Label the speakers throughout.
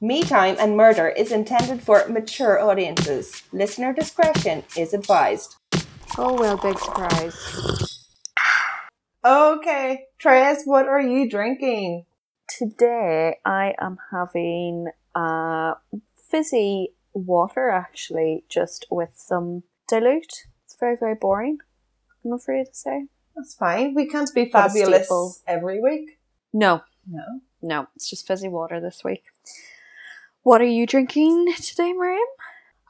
Speaker 1: Me Time and Murder is intended for mature audiences. Listener discretion is advised.
Speaker 2: Oh well, big surprise.
Speaker 1: Okay, Tres, what are you drinking?
Speaker 2: Today I am having uh, fizzy water, actually, just with some dilute. It's very, very boring. I'm afraid to say.
Speaker 1: That's fine. We can't be
Speaker 2: Not a
Speaker 1: fabulous
Speaker 2: staple.
Speaker 1: every week.
Speaker 2: No,
Speaker 1: No.
Speaker 2: no, it's just fizzy water this week. What are you drinking today, Miriam?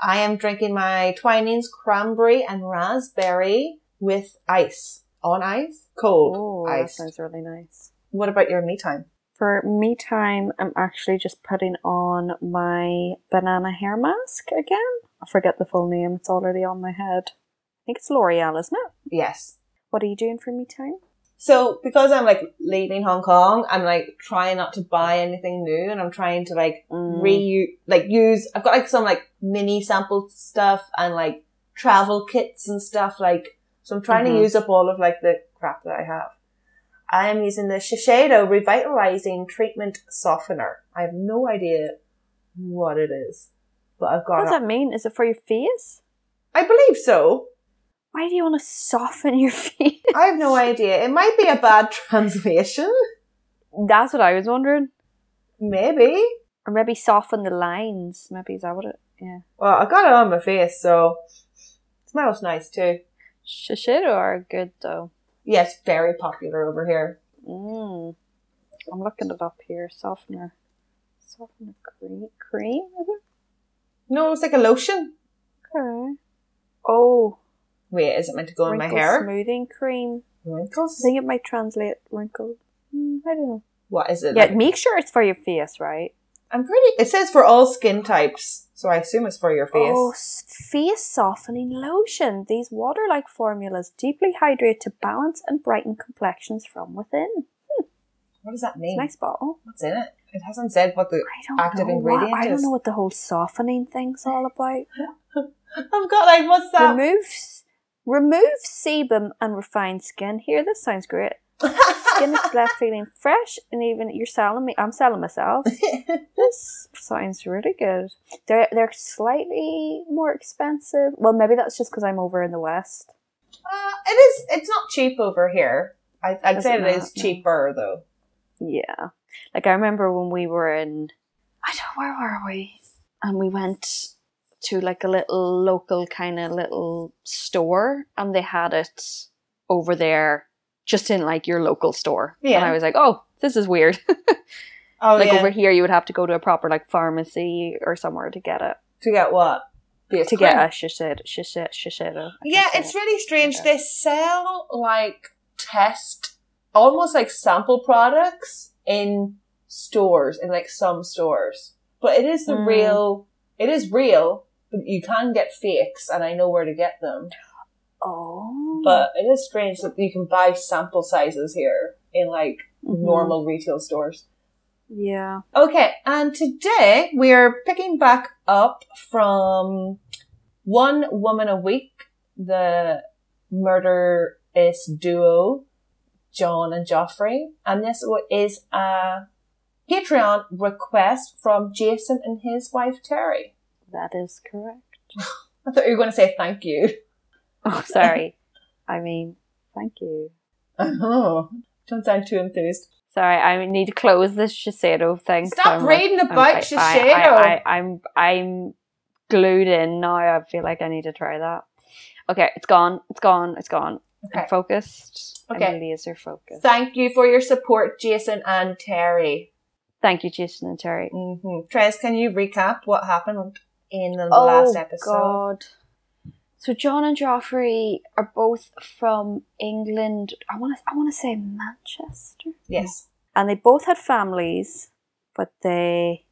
Speaker 1: I am drinking my Twinings cranberry and raspberry with ice. On ice? Cold
Speaker 2: Oh, that
Speaker 1: ice.
Speaker 2: sounds really nice.
Speaker 1: What about your me time?
Speaker 2: For me time, I'm actually just putting on my banana hair mask again. I forget the full name, it's already on my head. I think it's L'Oreal, isn't it?
Speaker 1: Yes.
Speaker 2: What are you doing for me time?
Speaker 1: So because I'm like leaving Hong Kong, I'm like trying not to buy anything new and I'm trying to like
Speaker 2: Mm.
Speaker 1: reuse, like use, I've got like some like mini sample stuff and like travel kits and stuff like, so I'm trying to
Speaker 2: Mhm.
Speaker 1: use up all of like the crap that I have. I am using the Shiseido Revitalizing Treatment Softener. I have no idea what it is, but I've
Speaker 2: What
Speaker 1: got
Speaker 2: does
Speaker 1: it.
Speaker 2: that mean? Is it for your face?
Speaker 1: I believe so.
Speaker 2: Why do you want to soften your face?
Speaker 1: I have no idea. It might be a bad translation.
Speaker 2: That's what I was wondering.
Speaker 1: Maybe.
Speaker 2: Or maybe soften the lines. Maybe is that what it? Yeah.
Speaker 1: Well, I got it on my face, so it smells nice too.
Speaker 2: Shishido are good though.
Speaker 1: Yes, very popular over here.
Speaker 2: Mm. I'm looking it up here. Softener. Softener cream. Cream? Is it?
Speaker 1: No, it's like a lotion.
Speaker 2: Okay. Oh.
Speaker 1: Wait, is it meant to go in my
Speaker 2: wrinkle
Speaker 1: hair?
Speaker 2: smoothing cream. I
Speaker 1: Wrinkles?
Speaker 2: think it might translate wrinkle. Mm, I don't know.
Speaker 1: What is it?
Speaker 2: Yeah,
Speaker 1: like?
Speaker 2: make sure it's for your face, right?
Speaker 1: I'm pretty. It says for all skin types, so I assume it's for your face.
Speaker 2: Oh, s- face softening lotion. These water like formulas deeply hydrate to balance and brighten complexions from within.
Speaker 1: what does that mean?
Speaker 2: Nice bottle.
Speaker 1: What's in it? It hasn't said what the.
Speaker 2: I don't
Speaker 1: Active
Speaker 2: know.
Speaker 1: ingredient
Speaker 2: what, I
Speaker 1: is-
Speaker 2: don't know what the whole softening thing's all about.
Speaker 1: I've got like what's that?
Speaker 2: Remove, s- remove sebum and refined skin. Here, this sounds great. Skin is left feeling fresh and even you're selling me. I'm selling myself. This sounds really good. They're they're slightly more expensive. Well, maybe that's just because I'm over in the west.
Speaker 1: uh, it is. It's not cheap over here. I, I'd
Speaker 2: Is
Speaker 1: say
Speaker 2: it
Speaker 1: it is
Speaker 2: not? No.
Speaker 1: cheaper though.
Speaker 2: Yeah, like I remember when we were in. I don't. Where were we? And we went to like a little local kind of little store, and they had it over there, just in like your local store. And
Speaker 1: Yeah.
Speaker 2: I was like, oh, this is weird.
Speaker 1: Oh
Speaker 2: like
Speaker 1: yeah.
Speaker 2: over here, you would have to go to a proper like pharmacy or somewhere to get it.
Speaker 1: to get what? Face
Speaker 2: to
Speaker 1: cream.
Speaker 2: get a shishido. shishido, shishido I
Speaker 1: Yeah,
Speaker 2: can't say
Speaker 1: it's
Speaker 2: it.
Speaker 1: really strange.
Speaker 2: Okay.
Speaker 1: They sell like test, almost like sample products in stores, in like some stores. But it is the
Speaker 2: Mm.
Speaker 1: real, it is real, but you can get fakes and I know where to get them.
Speaker 2: oh,
Speaker 1: But it is strange that you can buy sample sizes here in like
Speaker 2: Mhm.
Speaker 1: normal retail stores.
Speaker 2: Yeah,
Speaker 1: Okay, and today we are picking back up from One Woman a Week, the murderous duo, John and Joffrey. And this wa- is a Patreon request from Jason and his wife Terry.
Speaker 2: that is correct.
Speaker 1: I thought you were going to say thank you.
Speaker 2: Oh, sorry. I mean, thank you.
Speaker 1: Oh, don't sound too enthused.
Speaker 2: Sorry, I need to close this Shiseido thing. 'cause
Speaker 1: Stop
Speaker 2: I'm
Speaker 1: reading
Speaker 2: like-
Speaker 1: about
Speaker 2: I'm- I, I,
Speaker 1: Shiseido.
Speaker 2: I, am I'm glued in now. I feel like I need to try that. Okay, it's gone. It's gone. It's gone.
Speaker 1: Okay.
Speaker 2: I'm focused.
Speaker 1: Okay.
Speaker 2: I'm laser focused.
Speaker 1: Thank you for your support, Jason and Terry.
Speaker 2: Thank you, Jason and Terry.
Speaker 1: Mm-hmm. Tres, can you recap what happened in the last episode?
Speaker 2: Oh, God. So John and Joffrey are both from England. I want to. I want to say Manchester.
Speaker 1: Yes.
Speaker 2: And they both had families, but they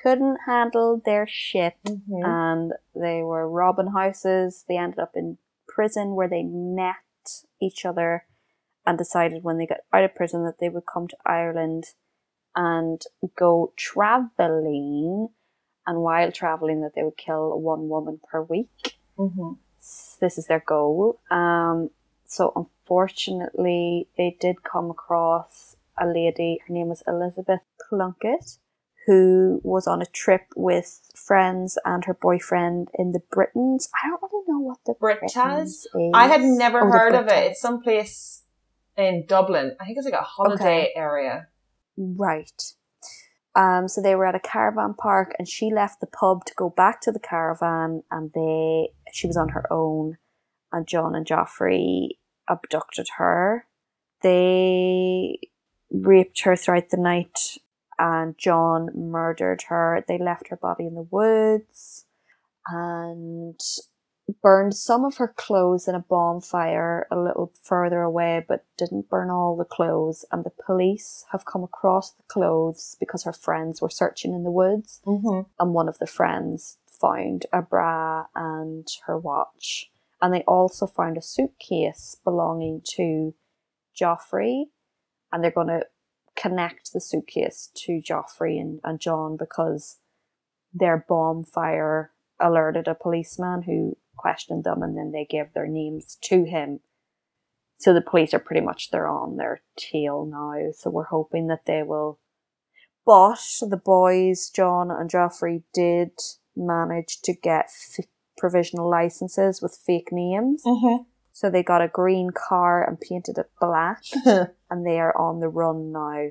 Speaker 2: couldn't handle their shit,
Speaker 1: Mm-hmm.
Speaker 2: and they were robbing houses. They ended up in prison where they met each other, and decided when they got out of prison that they would come to Ireland and go traveling. And while traveling, that they would kill one woman per week
Speaker 1: Mm-hmm.
Speaker 2: this is their goal. Um, so unfortunately, they did come across a lady. Her name was Elizabeth Plunkett, who was on a trip with friends and her boyfriend in the Britons. I don't really know what the
Speaker 1: Britas?
Speaker 2: Britons is.
Speaker 1: I had never
Speaker 2: Oh, the
Speaker 1: heard of it.
Speaker 2: Britons.
Speaker 1: It's someplace in Dublin. I think it's like a holiday area.
Speaker 2: Right. Um, so they were at a caravan park, and she left the pub to go back to the caravan, and they she was on her own, and John and Joffrey abducted her. They raped her throughout the night, and John murdered her. They left her body in the woods, and burned some of her clothes in a bonfire a little further away, but didn't burn all the clothes. And the police have come across the clothes because her friends were searching in the woods,
Speaker 1: Mm-hmm.
Speaker 2: and one of the friends found a bra and her watch. And they also found a suitcase belonging to Joffrey, and they're going to connect the suitcase to Joffrey and, and John because their bonfire alerted a policeman who questioned them and then they gave their names to him. So the police are pretty much they're on their tail now. So we're hoping that they will but the boys, John and Joffrey, did manage to get f- provisional licenses with fake names.
Speaker 1: Mm-hmm.
Speaker 2: So they got a green car and painted it black and they are on the run now.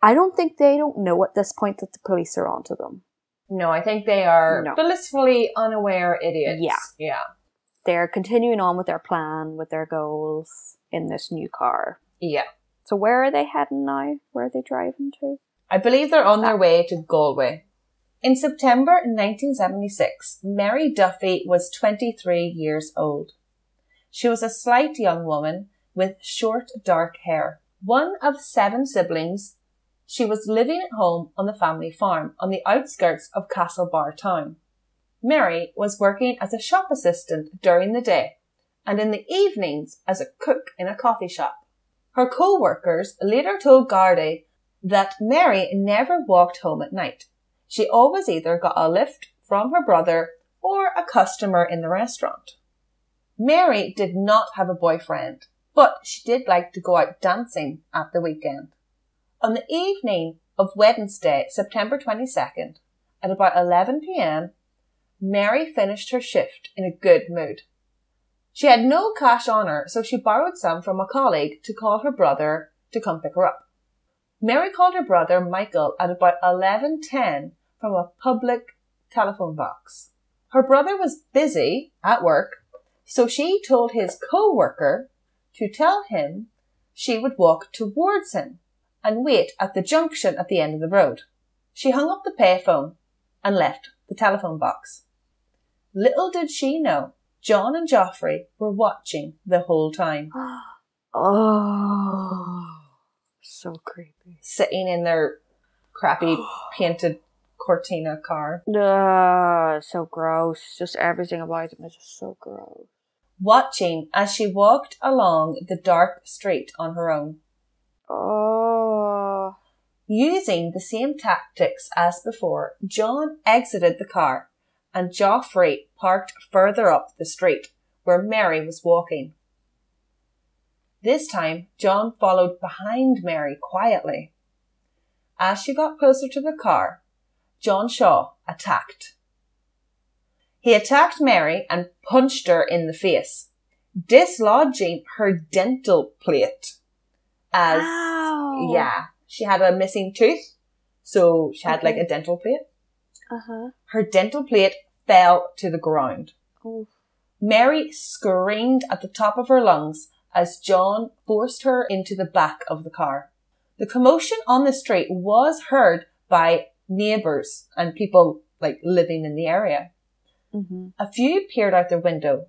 Speaker 2: I don't think they don't know at this point that the police are onto them.
Speaker 1: no, I think they are
Speaker 2: No.
Speaker 1: blissfully unaware idiots.
Speaker 2: Yeah.
Speaker 1: Yeah.
Speaker 2: They're continuing on with their plan, with their goals in this new car.
Speaker 1: Yeah.
Speaker 2: So where are they heading now? Where are they driving to?
Speaker 1: I believe they're on their way to Galway. In September 1976, Mary Duffy was 23 years old. She was a slight young woman with short dark hair. One of seven siblings, she was living at home on the family farm on the outskirts of Castlebar town. Mary was working as a shop assistant during the day and in the evenings as a cook in a coffee shop. Her co-workers later told Garday that Mary never walked home at night. She always either got a lift from her brother or a customer in the restaurant. Mary did not have a boyfriend, but she did like to go out dancing at the weekend. On the evening of Wednesday, September 22nd, at about 11 p.m., Mary finished her shift in a good mood. She had no cash on her, so she borrowed some from a colleague to call her brother to come pick her up. Mary called her brother Michael at about 11:10 from a public telephone box. Her brother was busy at work, so she told his co-worker to tell him she would walk towards him and wait at the junction at the end of the road. She hung up the payphone and left the telephone box. Little did she know, John and Joffrey were watching the whole time.
Speaker 2: oh, so creepy.
Speaker 1: sitting in their crappy painted Cortina car.
Speaker 2: No, so gross. Just everything about them is just so gross.
Speaker 1: Watching as she walked along the dark street on her own,
Speaker 2: Oh,
Speaker 1: using the same tactics as before. John exited the car, and Joffrey parked further up the street where Mary was walking. This time, John followed behind Mary quietly. As she got closer to the car, John Shaw attacked. He attacked Mary and punched her in the face, dislodging her dental plate. As
Speaker 2: Ah. Ow.
Speaker 1: yeah, she had a missing tooth, so she had like
Speaker 2: Okay.
Speaker 1: a dental plate.
Speaker 2: uh huh.
Speaker 1: Her dental plate fell to the ground.
Speaker 2: Oh,
Speaker 1: Mary screamed at the top of her lungs as John forced her into the back of the car. The commotion on the street was heard by neighbors and people like living in the area.
Speaker 2: mm-hmm.
Speaker 1: A few peered out their window.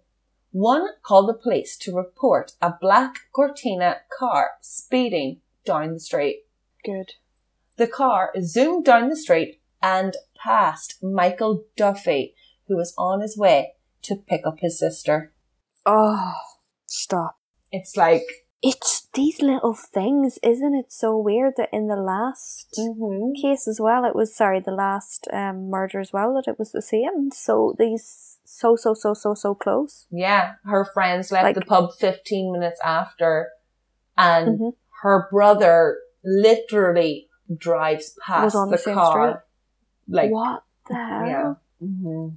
Speaker 1: One called the police to report a black Cortina car speeding down the street.
Speaker 2: good.
Speaker 1: The car zoomed down the street and passed Michael Duffy, who was on his way to pick up his sister.
Speaker 2: Oh, stop.
Speaker 1: It's like,
Speaker 2: It's these little things, isn't it? So weird that in the last case as well, it was sorry, the last um, murder as well, that it was the same. So these so so so so so close.
Speaker 1: yeah, her friends left
Speaker 2: Like-
Speaker 1: the pub 15 minutes after, and
Speaker 2: Mhm.
Speaker 1: her brother literally drives past
Speaker 2: on
Speaker 1: the,
Speaker 2: the same
Speaker 1: car. Like,
Speaker 2: what the hell?
Speaker 1: yeah. hmm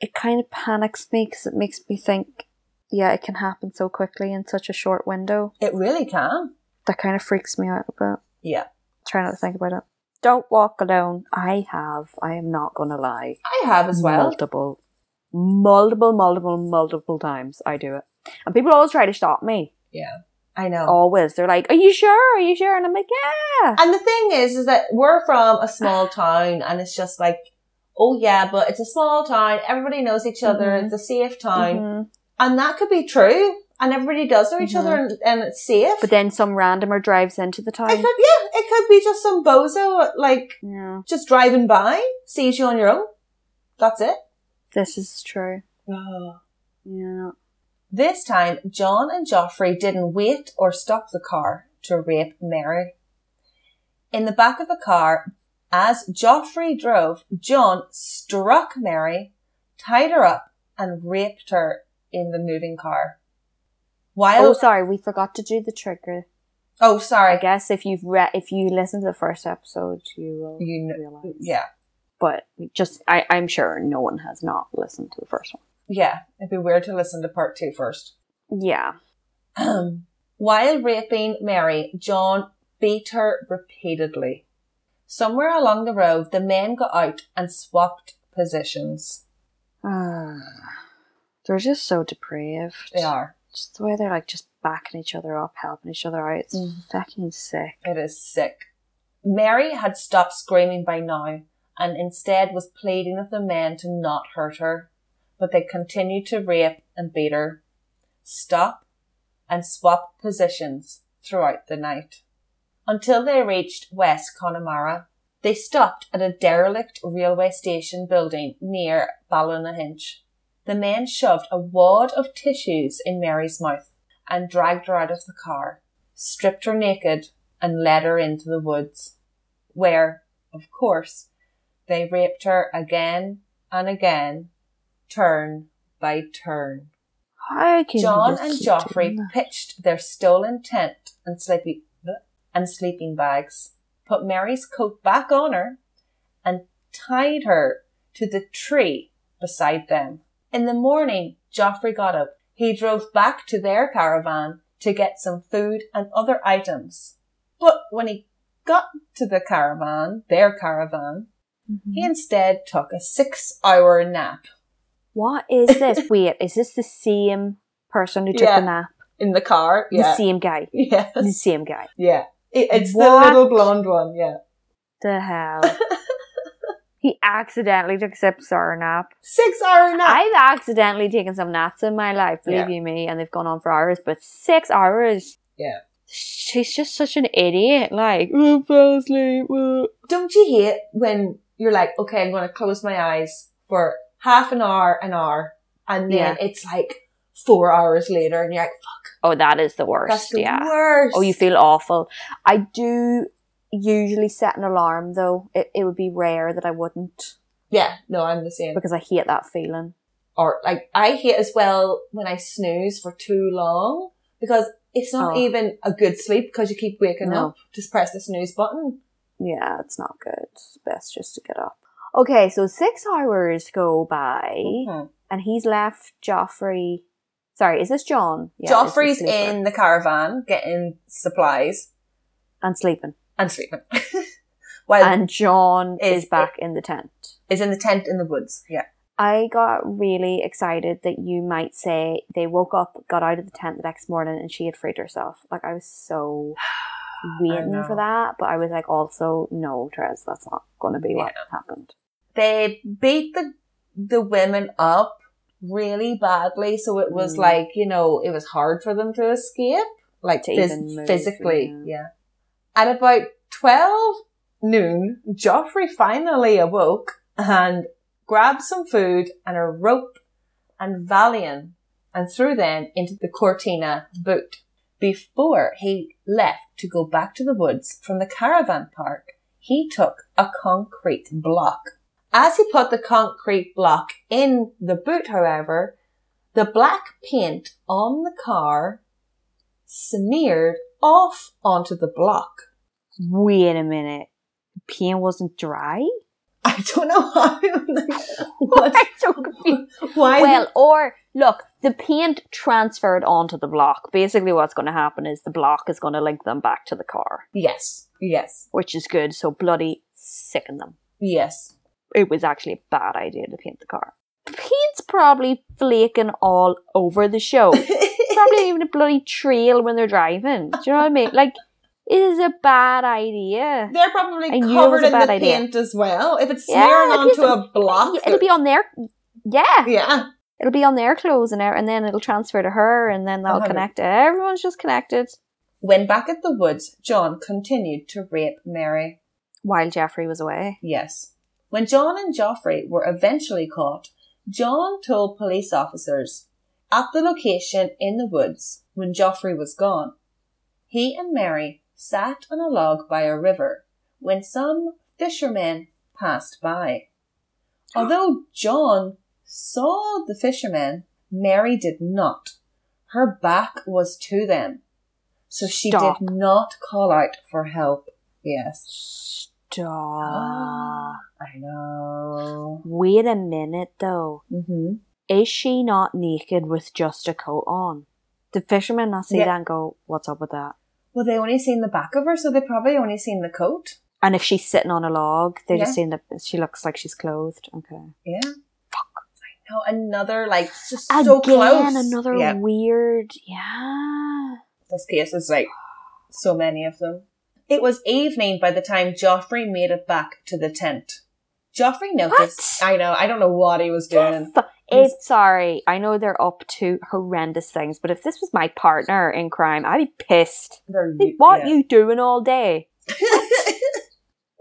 Speaker 2: It kind of panics me because it makes me think, yeah, it can happen so quickly in such a short window.
Speaker 1: It really can.
Speaker 2: That kind of freaks me out a bit.
Speaker 1: Yeah.
Speaker 2: Try not to think about it. Don't walk alone. I have. I am not gonna lie.
Speaker 1: I have as well.
Speaker 2: Multiple, multiple, multiple, multiple times I do it, and people always try to stop me.
Speaker 1: I know.
Speaker 2: Always, they're like, "Are you sure? Are you sure?" And I'm like, "Yeah."
Speaker 1: And the thing is, is that we're from a small town and it's just like, oh yeah, but it's a small town. Everybody knows each other.
Speaker 2: Mhm.
Speaker 1: It's a safe town.
Speaker 2: Mhm.
Speaker 1: And that could be true. And everybody does know each other and, and it's safe.
Speaker 2: But then some randomer drives into the
Speaker 1: it
Speaker 2: town.
Speaker 1: could, yeah, it could be just some bozo, like
Speaker 2: yeah,
Speaker 1: just driving by, sees you on your own. That's it.
Speaker 2: this is true. Yeah.
Speaker 1: This time, John and Joffrey didn't wait or stop the car to rape Mary. In the back of the car, as Joffrey drove, John struck Mary, tied her up, and raped her in the moving car. While
Speaker 2: Oh,
Speaker 1: oh,
Speaker 2: sorry, we forgot to do the trigger. I
Speaker 1: sorry,
Speaker 2: guess if you've read, if you listen to the first episode, you will
Speaker 1: You kn-
Speaker 2: realize.
Speaker 1: yeah,
Speaker 2: But just, I, I'm sure no one has not listened to the first
Speaker 1: yeah, it'd be weird to listen to part two first.
Speaker 2: one. Yeah.
Speaker 1: While raping Mary, John beat her repeatedly. Somewhere along the road, the men got out and swapped positions.
Speaker 2: they're just so depraved.
Speaker 1: They are.
Speaker 2: Just the way they're like just backing each other up, helping each other out. It's
Speaker 1: Mm.
Speaker 2: fucking sick.
Speaker 1: It is sick. Mary had stopped screaming by now and instead was pleading with the men to not hurt her, but they continued to rape and beat her. Stop and swap positions throughout the night. Until they reached West Connemara, they stopped at a derelict railway station building near Ballinahinch. The men shoved a wad of tissues in Mary's mouth and dragged her out of the car, stripped her naked, and led her into the woods, where, of course, they raped her again and again, turn by turn.
Speaker 2: How can
Speaker 1: John
Speaker 2: you
Speaker 1: and
Speaker 2: keep
Speaker 1: Joffrey
Speaker 2: doing that?
Speaker 1: pitched their stolen tent and sleepy and sleeping bags, put Mary's coat back on her, and tied her to the tree beside them. In the morning, Joffrey got up. He drove back to their caravan to get some food and other items. But when he got to the caravan, their caravan, he instead took a six hour nap
Speaker 2: What is this? Wait, is this the same person who took
Speaker 1: Yeah.
Speaker 2: the nap?
Speaker 1: in the car.
Speaker 2: The
Speaker 1: Yeah.
Speaker 2: same guy.
Speaker 1: Yeah.
Speaker 2: The same guy.
Speaker 1: Yeah. It- it's
Speaker 2: What?
Speaker 1: the little blonde one, yeah.
Speaker 2: The hell. he accidentally took a sip of sour nap.
Speaker 1: Six hour nap.
Speaker 2: I've accidentally taken some naps in my life, believe
Speaker 1: Yeah.
Speaker 2: you me, and they've gone on for hours, but six hours.
Speaker 1: Yeah.
Speaker 2: She's just such an idiot. Like, oh, fell asleep. oh."
Speaker 1: Don't you hate when you're like, okay, I'm going to close my eyes for half an hour, an hour, and then it's like four hours later and you're like,
Speaker 2: Oh, that is the worst.
Speaker 1: that's the
Speaker 2: yeah.
Speaker 1: worst.
Speaker 2: Oh, you feel awful. I do usually set an alarm, though. It, it would be rare that I wouldn't
Speaker 1: Yeah, no, I'm the same.
Speaker 2: because I hate that feeling.
Speaker 1: Or like, I hate as well when I snooze for too long because it's not
Speaker 2: Oh.
Speaker 1: even a good sleep because you keep waking
Speaker 2: No.
Speaker 1: up. Just press the snooze button.
Speaker 2: Yeah, it's not good. It's best just to get up. Okay, so six hours go by.
Speaker 1: Mhm.
Speaker 2: and he's left Joffrey. Sorry, is this John? it's the
Speaker 1: Joffrey's
Speaker 2: sleeper.
Speaker 1: in the caravan getting supplies
Speaker 2: and sleeping,
Speaker 1: and sleeping. While
Speaker 2: and John
Speaker 1: Is-
Speaker 2: is, back in the tent.
Speaker 1: is in the tent in the woods. Yeah.
Speaker 2: I got really excited that you might say they woke up, got out of the tent the next morning, and she had freed herself. Like I was so waiting
Speaker 1: know.
Speaker 2: for that, but I was like, also no, Therese, that's not going to be what happened.
Speaker 1: They beat the the women up really badly, so it was
Speaker 2: Mm.
Speaker 1: like, you know, it was hard for them to escape. Like
Speaker 2: To
Speaker 1: phys-
Speaker 2: even move,
Speaker 1: physically. Yeah.
Speaker 2: yeah.
Speaker 1: At about twelve noon, Joffrey finally awoke and grabbed some food and a rope and Valian and threw them into the Cortina boot. Before he left to go back to the woods from the caravan park, he took a concrete block. As he put the concrete block in the boot, however, the black paint on the car smeared off onto the block.
Speaker 2: Wait a minute, peeing wasn't dry?
Speaker 1: I don't know how. like, what?
Speaker 2: I'm so confused.
Speaker 1: Why?
Speaker 2: Well, or look, the paint transferred onto the block. Basically, what's going to happen is the block is going to link them back to the car,
Speaker 1: yes, yes,
Speaker 2: which is good. So bloody sicken them.
Speaker 1: yes.
Speaker 2: It was actually a bad idea to paint the car. The paint's probably flaking all over the show. probably even a bloody trail when they're driving. Do you know what I mean? Like, it is a bad idea.
Speaker 1: They're probably
Speaker 2: I knew it
Speaker 1: covered
Speaker 2: was a
Speaker 1: in the
Speaker 2: bad idea.
Speaker 1: paint as well. If it's
Speaker 2: Yeah,
Speaker 1: smearing
Speaker 2: at
Speaker 1: onto
Speaker 2: least
Speaker 1: a block,
Speaker 2: It'll be on their yeah.
Speaker 1: yeah,
Speaker 2: It'll be on their clothes and, everything, and then it'll transfer to her, and then that'll
Speaker 1: hundred.
Speaker 2: connect. it. Everyone's just connected.
Speaker 1: When back at the woods, John continued to rape Mary.
Speaker 2: While Jeffrey was away,
Speaker 1: Yes. When John and Joffrey were eventually caught, John told police officers at the location in the woods when Joffrey was gone. He and Mary sat on a log by a river when some fishermen passed by. Although John saw the fishermen, Mary did not. Her back was to them. So she
Speaker 2: Stop.
Speaker 1: did not call out for help. Yes.
Speaker 2: stop.
Speaker 1: Ah, I know.
Speaker 2: Wait a minute, though.
Speaker 1: Mm-hmm.
Speaker 2: Is she not naked with just a coat on? The fishermen not see
Speaker 1: Yeah.
Speaker 2: that and go, "What's up with that?"
Speaker 1: Well, they only seen the back of her, so they probably only seen the coat.
Speaker 2: And if she's sitting on a log, they
Speaker 1: Yeah.
Speaker 2: just seen that she looks like she's clothed. Okay.
Speaker 1: Yeah. Fuck. I know. Another, like, it's just so close.
Speaker 2: another
Speaker 1: Yeah.
Speaker 2: weird. Yeah.
Speaker 1: This case is like so many of them. It was evening by the time Joffrey made it back to the tent. Joffrey noticed.
Speaker 2: What?
Speaker 1: I know. I don't know what he was doing.
Speaker 2: Fu- It's sorry. I know they're up to horrendous things, but if this was my partner in crime, I'd be pissed.
Speaker 1: They're-
Speaker 2: Like, what
Speaker 1: yeah.
Speaker 2: you doing all day?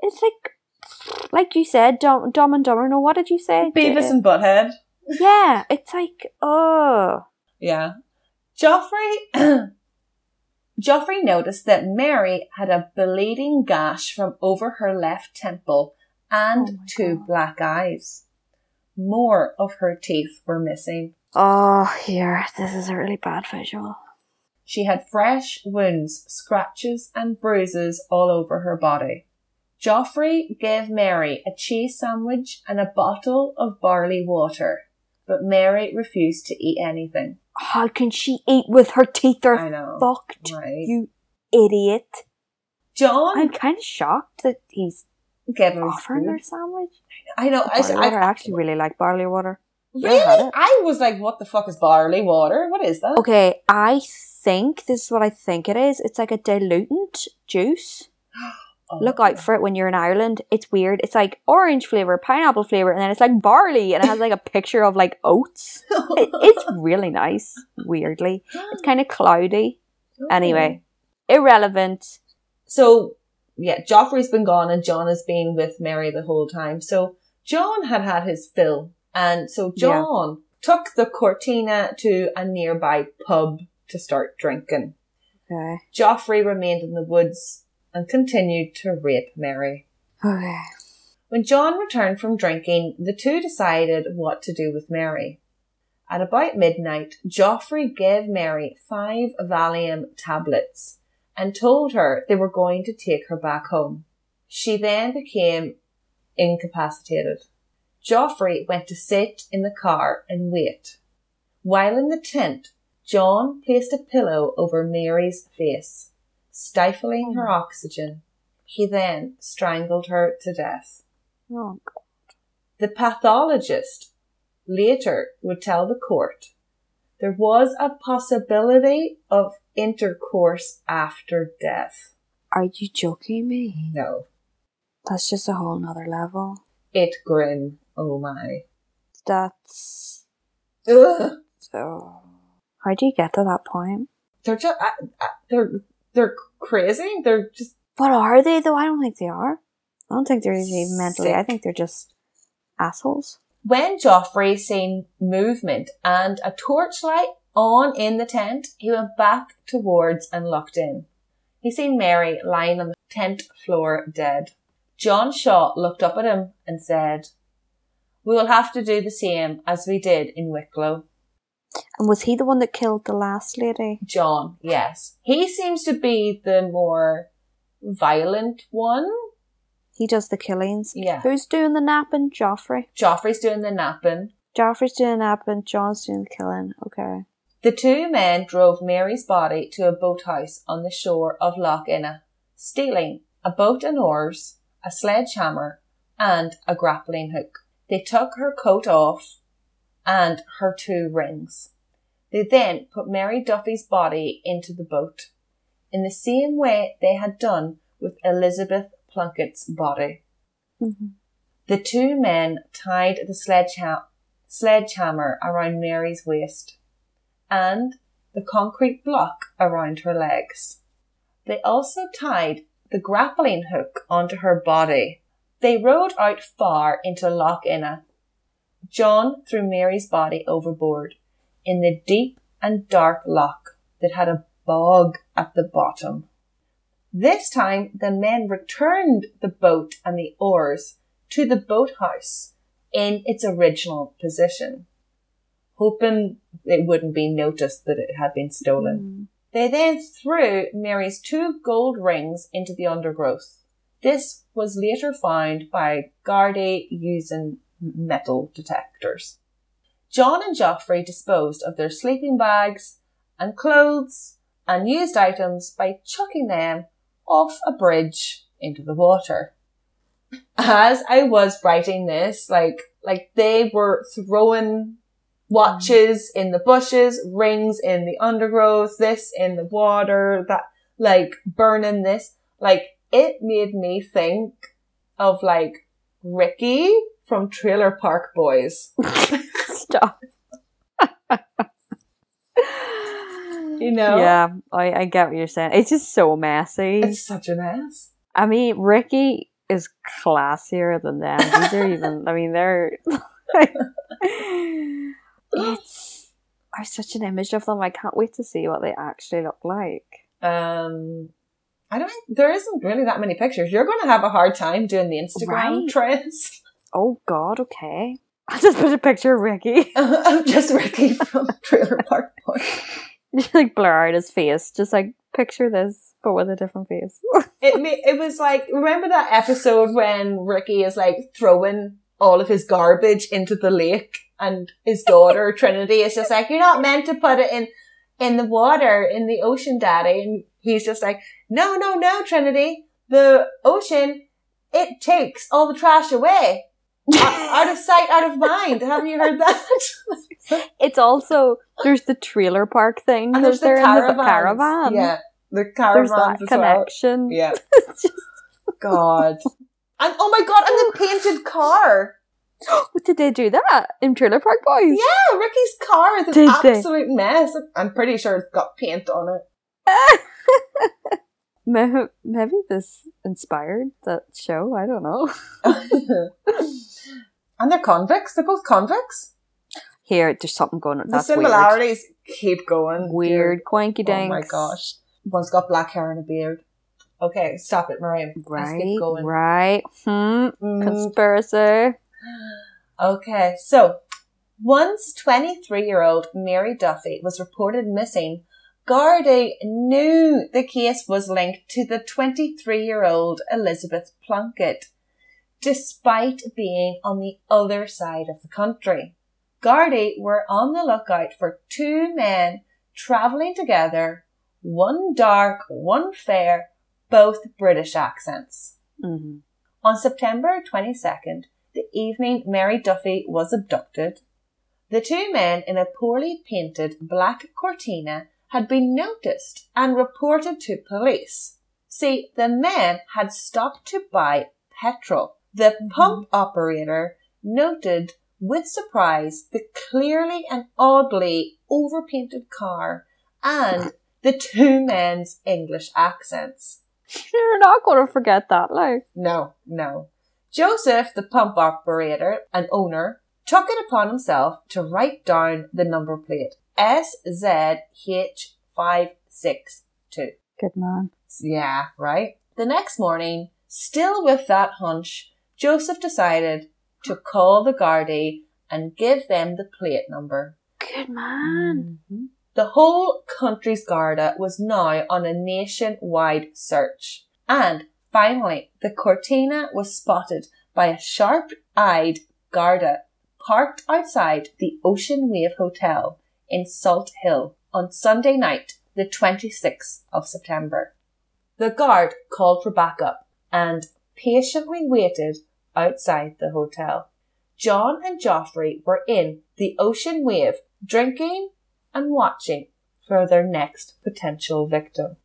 Speaker 2: It's like, like you said, Dom, Dom and Dumber. No, what did you say?
Speaker 1: Beavis and Butthead.
Speaker 2: yeah, it's like, oh,
Speaker 1: Yeah. Joffrey Joffrey noticed that Mary had a bleeding gash from over her left temple and
Speaker 2: Oh
Speaker 1: two
Speaker 2: my God.
Speaker 1: black eyes. More of her teeth were missing.
Speaker 2: oh, here. This is a really bad visual.
Speaker 1: She had fresh wounds, scratches, and bruises all over her body. Joffrey gave Mary a cheese sandwich and a bottle of barley water, but Mary refused to eat anything.
Speaker 2: How can she eat with her teeth?
Speaker 1: I
Speaker 2: They're
Speaker 1: know.
Speaker 2: fucked.
Speaker 1: Right.
Speaker 2: You idiot.
Speaker 1: John
Speaker 2: I'm kind of shocked that he's
Speaker 1: gave him his
Speaker 2: offering
Speaker 1: food.
Speaker 2: her sandwich.
Speaker 1: I know. I,
Speaker 2: Barley water.
Speaker 1: I,
Speaker 2: I actually really like barley water. You ever had
Speaker 1: really,
Speaker 2: it?
Speaker 1: I was like, "What the fuck is barley water? What is that?"
Speaker 2: Okay, I think this is what I think it is. It's like a dilutant juice.
Speaker 1: Oh,
Speaker 2: Look out for it when you're in Ireland. It's weird. It's like orange flavor, pineapple flavor, and then it's like barley, and it has like a picture of like oats.
Speaker 1: Oh,
Speaker 2: It, it's really nice. Weirdly, it's kind of cloudy. Anyway, irrelevant.
Speaker 1: so yeah, Joffrey's been gone, and John has been with Mary the whole time. So John had had his fill, and so
Speaker 2: Yeah.
Speaker 1: John took the Cortina to a nearby pub to start drinking.
Speaker 2: Okay.
Speaker 1: Joffrey remained in the woods and continued to rape Mary.
Speaker 2: Okay.
Speaker 1: When John returned from drinking, the two decided what to do with Mary. At about midnight, Joffrey gave Mary five Valium tablets and told her they were going to take her back home. She then became incapacitated. Joffrey went to sit in the car and wait. While in the tent, John placed a pillow over Mary's face, stifling her oxygen. He then strangled her to death.
Speaker 2: Oh God.
Speaker 1: The pathologist later would tell the court there was a possibility of intercourse after death.
Speaker 2: Are you joking me?
Speaker 1: No,
Speaker 2: That's just a whole nother level.
Speaker 1: it grin. Oh my.
Speaker 2: That's
Speaker 1: Ugh.
Speaker 2: so. How do you get to that point?
Speaker 1: They're just I, I, they're they're crazy. They're just
Speaker 2: But are they though? I don't think they are. I don't think they're even mentally. I
Speaker 1: Sick.
Speaker 2: think they're just assholes.
Speaker 1: when Joffrey seen movement and a torchlight on in the tent, he went back towards and looked in. He seen Mary lying on the tent floor dead. John Shaw looked up at him and said, We will have to do the same as we did in Wicklow.
Speaker 2: And was he the one that killed the last lady?
Speaker 1: John, yes. He seems to be the more violent one.
Speaker 2: He does the killings.
Speaker 1: Yeah.
Speaker 2: Who's doing the napping? Joffrey.
Speaker 1: Joffrey's doing the napping.
Speaker 2: Joffrey's doing the napping. John's doing the killing. Okay.
Speaker 1: The two men drove Mary's body to a boathouse on the shore of Loch Inna, stealing a boat and oars, a sledgehammer, and a grappling hook. They took her coat off and her two rings. They then put Mary Duffy's body into the boat in the same way they had done with Elizabeth Plunkett's body.
Speaker 2: Mm-hmm.
Speaker 1: The two men tied the sledgeha- sledgehammer around Mary's waist and the concrete block around her legs. They also tied the grappling hook onto her body. They rowed out far into Loch Inna. John threw Mary's body overboard in the deep and dark loch that had a bog at the bottom. This time the men returned the boat and the oars to the boathouse in its original position, hoping it wouldn't be noticed that it had been stolen.
Speaker 2: Mm-hmm.
Speaker 1: They then threw Mary's two gold rings into the undergrowth. This was later found by Gardy using metal detectors. John and Joffrey disposed of their sleeping bags and clothes and used items by chucking them off a bridge into the water. As I was writing this, like, like they were throwing watches in the bushes, rings in the undergrowth, this in the water, that like burning this. Like it made me think of like Ricky from Trailer Park Boys.
Speaker 2: Stop.
Speaker 1: You know?
Speaker 2: Yeah, I, I get what you're saying. It's just so messy.
Speaker 1: It's such a mess.
Speaker 2: I mean, Ricky is classier than them. These are even. I mean, they're. it's. I have such an image of them. I can't wait to see what they actually look like.
Speaker 1: Um I don't there isn't really that many pictures. You're gonna have a hard time doing the Instagram
Speaker 2: Right.
Speaker 1: trends
Speaker 2: Oh God. Okay. I just put a picture of Ricky,
Speaker 1: of just Ricky from Trailer Park Boys.
Speaker 2: just like blur out his face. Just like picture this, but with a different face.
Speaker 1: It ma- it was like remember that episode when Ricky is like throwing all of his garbage into the lake, and his daughter Trinity is just like, "You're not meant to put it in in the water in the ocean, Daddy," and he's just like, "No, no, no, Trinity, the ocean it takes all the trash away." out out of sight, out of mind. Haven't you heard that?
Speaker 2: It's also there's the trailer park thing.
Speaker 1: And
Speaker 2: There's
Speaker 1: there's the
Speaker 2: they're in the
Speaker 1: caravans.
Speaker 2: caravan.
Speaker 1: Yeah, the
Speaker 2: There's
Speaker 1: caravans
Speaker 2: that
Speaker 1: as well.
Speaker 2: connection.
Speaker 1: Yeah.
Speaker 2: It's just-
Speaker 1: God. And oh my god, and the painted car.
Speaker 2: What did they do that in Trailer Park Boys?
Speaker 1: Yeah, Ricky's car is an
Speaker 2: Did they?
Speaker 1: absolute mess. I'm pretty sure it's got paint on it.
Speaker 2: May- Maybe this inspired that show. I don't know.
Speaker 1: and they're convicts. They're both convicts.
Speaker 2: Here, there's something going on.
Speaker 1: The
Speaker 2: That's weird.
Speaker 1: similarities keep going.
Speaker 2: Weird, quanky
Speaker 1: Oh my
Speaker 2: dinks.
Speaker 1: gosh. One's got black hair and a beard. Okay, stop it, Mariam. Let's
Speaker 2: Right,
Speaker 1: keep going.
Speaker 2: right. Hmm.
Speaker 1: Mm,
Speaker 2: Conspiracy.
Speaker 1: Okay, so once 23 year old Mary Duffy was reported missing, Gardy knew the case was linked to the 23 year old Elizabeth Plunkett, despite being on the other side of the country. Gardy were on the lookout for two men travelling together, one dark, one fair, both British accents.
Speaker 2: hmm
Speaker 1: On September 22nd, the evening Mary Duffy was abducted, the two men in a poorly painted black cortina had been noticed and reported to police. See, the men had stopped to buy petrol. The pump operator noted with surprise the clearly and oddly overpainted car and the two men's English accents.
Speaker 2: You're not going to forget that, like.
Speaker 1: No, no. Joseph, the pump operator and owner, took it upon himself to write down the number plate SZH562.
Speaker 2: Good man.
Speaker 1: Yeah, right? The next morning, still with that hunch, Joseph decided to call the Gardaí and give them the plate number.
Speaker 2: Good man.
Speaker 1: The whole country's Garda was now on a nationwide search, and Finally, the Cortina was spotted by a sharp eyed Garda parked outside the Ocean Wave Hotel in Salt Hill on Sunday night, the 26th of September. The guard called for backup and patiently waited outside the hotel. John and Joffrey were in the ocean wave, drinking and watching for their next potential victim.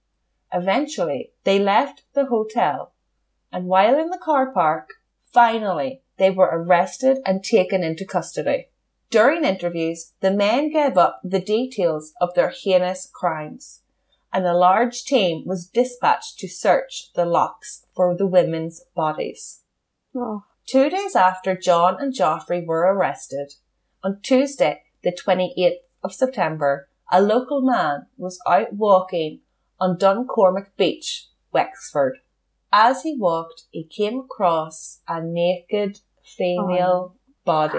Speaker 1: Eventually, they left the hotel, and while in the car park, finally, they were arrested and taken into custody. During interviews, the men gave up the details of their heinous crimes, and a large team was dispatched to search the locks for the women's bodies. Mm-hmm.
Speaker 2: Oh,
Speaker 1: Two days after John and Joffrey were arrested, on Tuesday, the 28th of September, a local man was out walking on Duncormac Beach, Wexford. As he walked, he came across a naked female body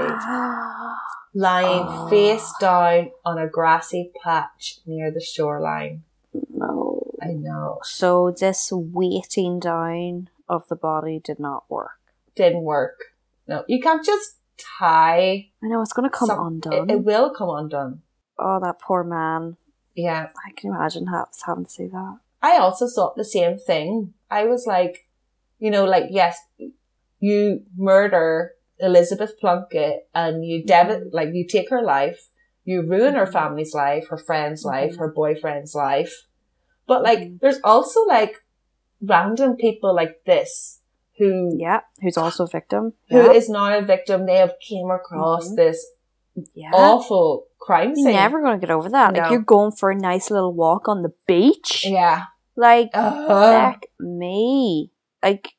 Speaker 1: lying
Speaker 2: Oh.
Speaker 1: face down on a grassy patch near the shoreline.
Speaker 2: no.
Speaker 1: I know.
Speaker 2: So this weighting down of the body did not work.
Speaker 1: Didn't work. No, you can't just tie.
Speaker 2: I know it's going to come
Speaker 1: some-
Speaker 2: undone.
Speaker 1: It, it will come undone.
Speaker 2: oh, that poor man.
Speaker 1: Yeah.
Speaker 2: I can imagine ha- having to see that.
Speaker 1: I also thought the same thing. I was like, you know, like, yes, you murder Elizabeth Plunkett and you dev-
Speaker 2: Mm-hmm.
Speaker 1: like, you take her life, you ruin her
Speaker 2: Mhm.
Speaker 1: family's life, her friend's life,
Speaker 2: Mhm.
Speaker 1: her boyfriend's life. But like,
Speaker 2: Mhm.
Speaker 1: there's also like random people like this who,
Speaker 2: Yeah, who's also a victim.
Speaker 1: who is
Speaker 2: yeah.
Speaker 1: now a victim. They have came across
Speaker 2: Mhm.
Speaker 1: this
Speaker 2: yeah.
Speaker 1: awful crime
Speaker 2: You're
Speaker 1: scene.
Speaker 2: never going to get over that.
Speaker 1: No.
Speaker 2: Like, you're going for a nice little walk on the beach.
Speaker 1: yeah.
Speaker 2: Like,
Speaker 1: Ugh.
Speaker 2: fuck me. Like,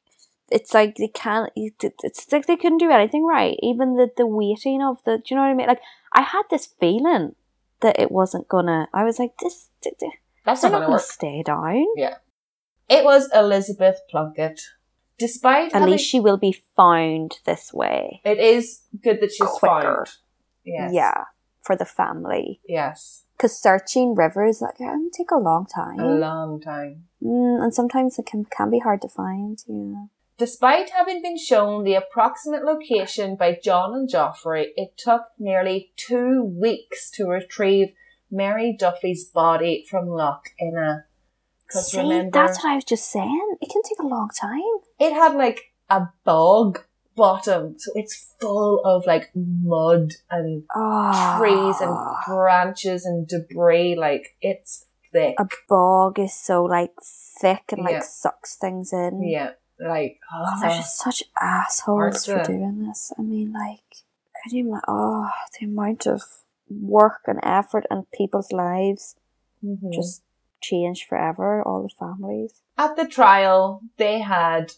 Speaker 2: it's like they can't, it- it- it's like they couldn't do anything right. Even the, the waiting of the, do you know what I mean? Like, I had this feeling that it wasn't gonna, I was like, this, th- th-
Speaker 1: That's
Speaker 2: they're
Speaker 1: not
Speaker 2: not
Speaker 1: going to work.
Speaker 2: gonna stay down.
Speaker 1: It was Elizabeth Plunkett. Despite
Speaker 2: At
Speaker 1: having,
Speaker 2: least she will be found this way.
Speaker 1: it is good that she's found.
Speaker 2: Quicker.
Speaker 1: Yes.
Speaker 2: Yeah, for the family.
Speaker 1: Yes.
Speaker 2: Because searching rivers, like, can take a long time.
Speaker 1: A long time.
Speaker 2: Mm, and sometimes it can, can be hard to find, yeah.
Speaker 1: Despite having been shown the approximate location by John and Joffrey, it took nearly two weeks to retrieve Mary Duffy's body from Loch Inna. 'Cause
Speaker 2: See,
Speaker 1: remember,
Speaker 2: that's what I was just saying. It can take a long time.
Speaker 1: it had like a bog bottom, so it's full of like mud and
Speaker 2: Oh,
Speaker 1: trees and branches and debris. Like it's thick.
Speaker 2: a bog is so like thick and like
Speaker 1: Yeah.
Speaker 2: sucks things in.
Speaker 1: Yeah, like oh,
Speaker 2: And They're just such assholes for
Speaker 1: Aren't they?
Speaker 2: doing this. I mean, like, can you imagine? Oh, the amount of work and effort and people's lives
Speaker 1: Mhm.
Speaker 2: just change forever. All the families.
Speaker 1: at the trial they had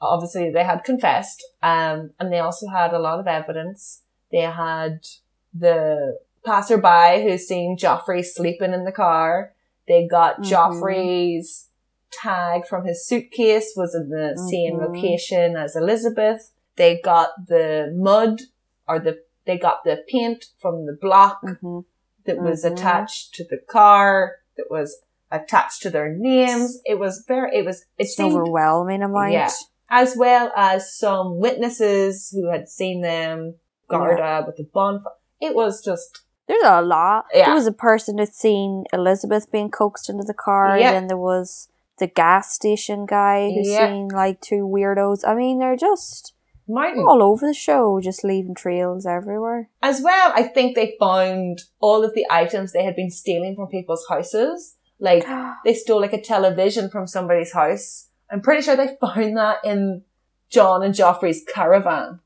Speaker 1: obviously they had confessed um and they also had a lot of evidence they had the passerby who seen joffrey sleeping in the car they got
Speaker 2: Mhm.
Speaker 1: joffrey's tag from his suitcase was in the same
Speaker 2: Mhm.
Speaker 1: location as elizabeth they got the mud or the they got the paint from the block
Speaker 2: Mm-hmm.
Speaker 1: that was
Speaker 2: Mhm.
Speaker 1: attached to the car that was attached to their names. It was very, it was, it
Speaker 2: It's an
Speaker 1: seemed
Speaker 2: overwhelming amount.
Speaker 1: Yeah. as well as some witnesses who had seen them, Garda with the bonfire. It was just,
Speaker 2: There's a lot.
Speaker 1: Yeah.
Speaker 2: There was a person that's seen Elizabeth being coaxed into the car.
Speaker 1: Yeah.
Speaker 2: Then there was the gas station guy who's
Speaker 1: Yeah.
Speaker 2: seen like two weirdos. I mean, they're just
Speaker 1: mountain.
Speaker 2: all over the show, just leaving trails everywhere.
Speaker 1: As well, I think they found all of the items they had been stealing from people's houses. Like, they stole like a television from somebody's house. I'm pretty sure they found that in John and Joffrey's caravan.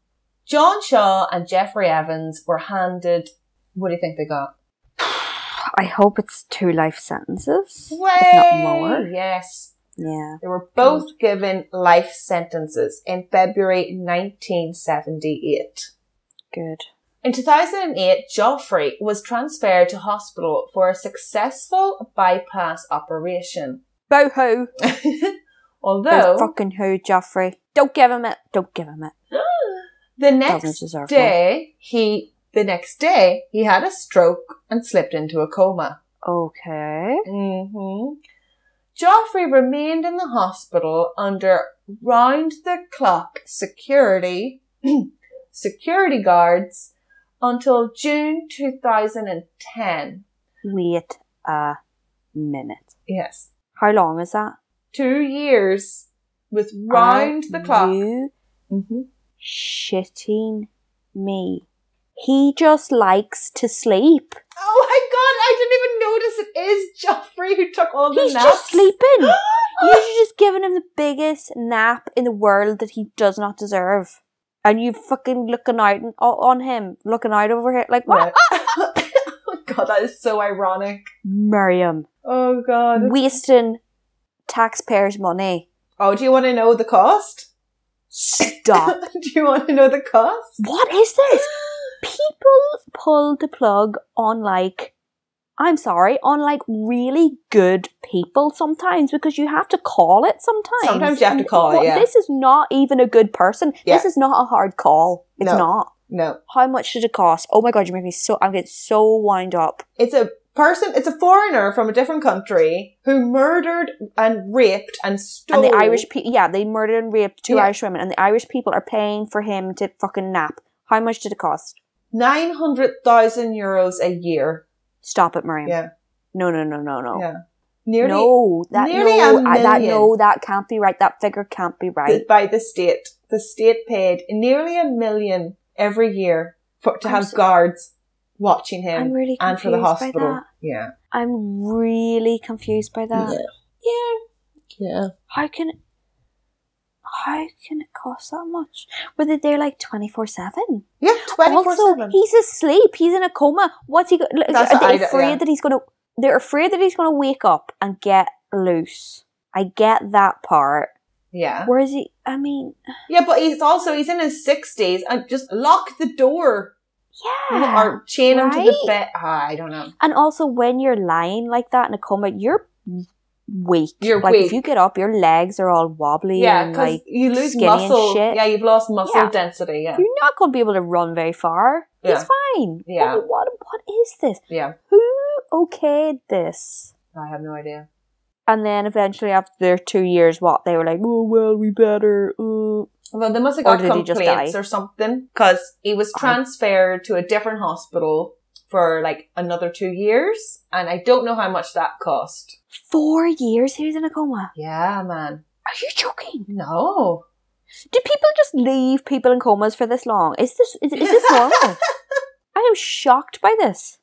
Speaker 1: John Shaw and Jeffrey Evans were handed. What do you think they got?
Speaker 2: I hope it's two life sentences, if not more.
Speaker 1: Yes.
Speaker 2: Yeah.
Speaker 1: They were both given life sentences in February 1978.
Speaker 2: Good.
Speaker 1: In 2008, Joffrey was transferred to hospital for a successful bypass operation.
Speaker 2: Boo hoo.
Speaker 1: Although,
Speaker 2: fucking who, Joffrey. Don't give him it. Don't give him it.
Speaker 1: The
Speaker 2: Doesn't
Speaker 1: next
Speaker 2: deserve
Speaker 1: day, he the next day he had a stroke and slipped into a coma.
Speaker 2: Okay.
Speaker 1: Mm-hmm. Joffrey remained in the hospital under round the clock security, security guards until June 2010.
Speaker 2: Wait a minute.
Speaker 1: Yes.
Speaker 2: How long is that?
Speaker 1: Two years with round
Speaker 2: Are
Speaker 1: the clock.
Speaker 2: You
Speaker 1: Mm-hmm.
Speaker 2: shitting me. He just likes to sleep.
Speaker 1: Oh my god, I didn't even notice it is Joffrey who took all the
Speaker 2: He's
Speaker 1: naps.
Speaker 2: just sleeping. You're just giving him the biggest nap in the world that he does not deserve. And you fucking looking out on- on him, looking out over here, like, what?
Speaker 1: Right. oh god, that is so ironic.
Speaker 2: Miriam,
Speaker 1: Oh god.
Speaker 2: wasting taxpayers' money.
Speaker 1: oh, do you want to know the cost?
Speaker 2: Stop.
Speaker 1: do you want to know the cost?
Speaker 2: what is this? People pull the plug on like I'm sorry, on like really good people sometimes because you have to call it sometimes.
Speaker 1: Sometimes you have to call it,
Speaker 2: Well,
Speaker 1: yeah.
Speaker 2: This is not even a good person.
Speaker 1: Yeah.
Speaker 2: This is not a hard call. It's
Speaker 1: No.
Speaker 2: not.
Speaker 1: No.
Speaker 2: How much did it cost? Oh my god, you make me so I'm getting so wind up.
Speaker 1: It's a person, it's a foreigner from a different country who murdered and raped and stole.
Speaker 2: And the Irish people, yeah, they murdered and raped two
Speaker 1: Oh. Yeah.
Speaker 2: Irish women, and the Irish people are paying for him to fucking nap. How much did it cost?
Speaker 1: 900,000 euros a year.
Speaker 2: Stop it, Miriam.
Speaker 1: Yeah.
Speaker 2: No, no, no, no, no.
Speaker 1: Yeah. Nearly
Speaker 2: no, that
Speaker 1: nearly
Speaker 2: no,
Speaker 1: a
Speaker 2: I- that
Speaker 1: million.
Speaker 2: no, that can't be right. That figure can't be right.
Speaker 1: th- by the state. The state paid nearly a million every year for to
Speaker 2: I'm
Speaker 1: have
Speaker 2: so-
Speaker 1: guards watching him
Speaker 2: I'm really
Speaker 1: and
Speaker 2: confused
Speaker 1: for the
Speaker 2: by
Speaker 1: hospital.
Speaker 2: that.
Speaker 1: Yeah.
Speaker 2: I'm really confused by that.
Speaker 1: Yeah. Yeah.
Speaker 2: How can how can it cost that much? Were they there like twenty four seven?
Speaker 1: Yeah. Twenty four
Speaker 2: Also,
Speaker 1: seven.
Speaker 2: he's asleep. He's in a coma. What's he? Go- like,
Speaker 1: That's
Speaker 2: are
Speaker 1: what I
Speaker 2: they
Speaker 1: d-
Speaker 2: afraid
Speaker 1: yeah.
Speaker 2: that he's gonna? They're afraid that he's gonna wake up and get loose. I get that part.
Speaker 1: Yeah.
Speaker 2: Where is he? I mean,
Speaker 1: Yeah, but he's also he's in his sixties and just lock the door
Speaker 2: yeah.
Speaker 1: or chain him to the
Speaker 2: right?
Speaker 1: bed. Ah, I don't know.
Speaker 2: And also, when you're lying like that in a coma, you're weak.
Speaker 1: You're
Speaker 2: like if
Speaker 1: weak.
Speaker 2: you get up, your legs are all wobbly.
Speaker 1: Yeah,
Speaker 2: and,
Speaker 1: because
Speaker 2: like
Speaker 1: you lose
Speaker 2: skinny and
Speaker 1: muscle.
Speaker 2: shit.
Speaker 1: Yeah, you've lost muscle
Speaker 2: Yeah.
Speaker 1: density. Yeah,
Speaker 2: you're not going to be able to run very far.
Speaker 1: Yeah.
Speaker 2: It's fine.
Speaker 1: Yeah.
Speaker 2: What, what, what is this?
Speaker 1: yeah.
Speaker 2: Who okayed this?
Speaker 1: I have no idea.
Speaker 2: And then eventually, after their two years, what they were like, oh well, we better. Uh.
Speaker 1: Well, they must have
Speaker 2: Or
Speaker 1: got
Speaker 2: did he just
Speaker 1: complaints
Speaker 2: die?
Speaker 1: or something because he was
Speaker 2: Oh.
Speaker 1: transferred to a different hospital for like another two years, and I don't know how much that cost.
Speaker 2: Four years he was in a coma.
Speaker 1: Yeah, man.
Speaker 2: Are you joking?
Speaker 1: No,
Speaker 2: Do people just leave people in comas for this long? Is this is, is this normal? I am shocked by this.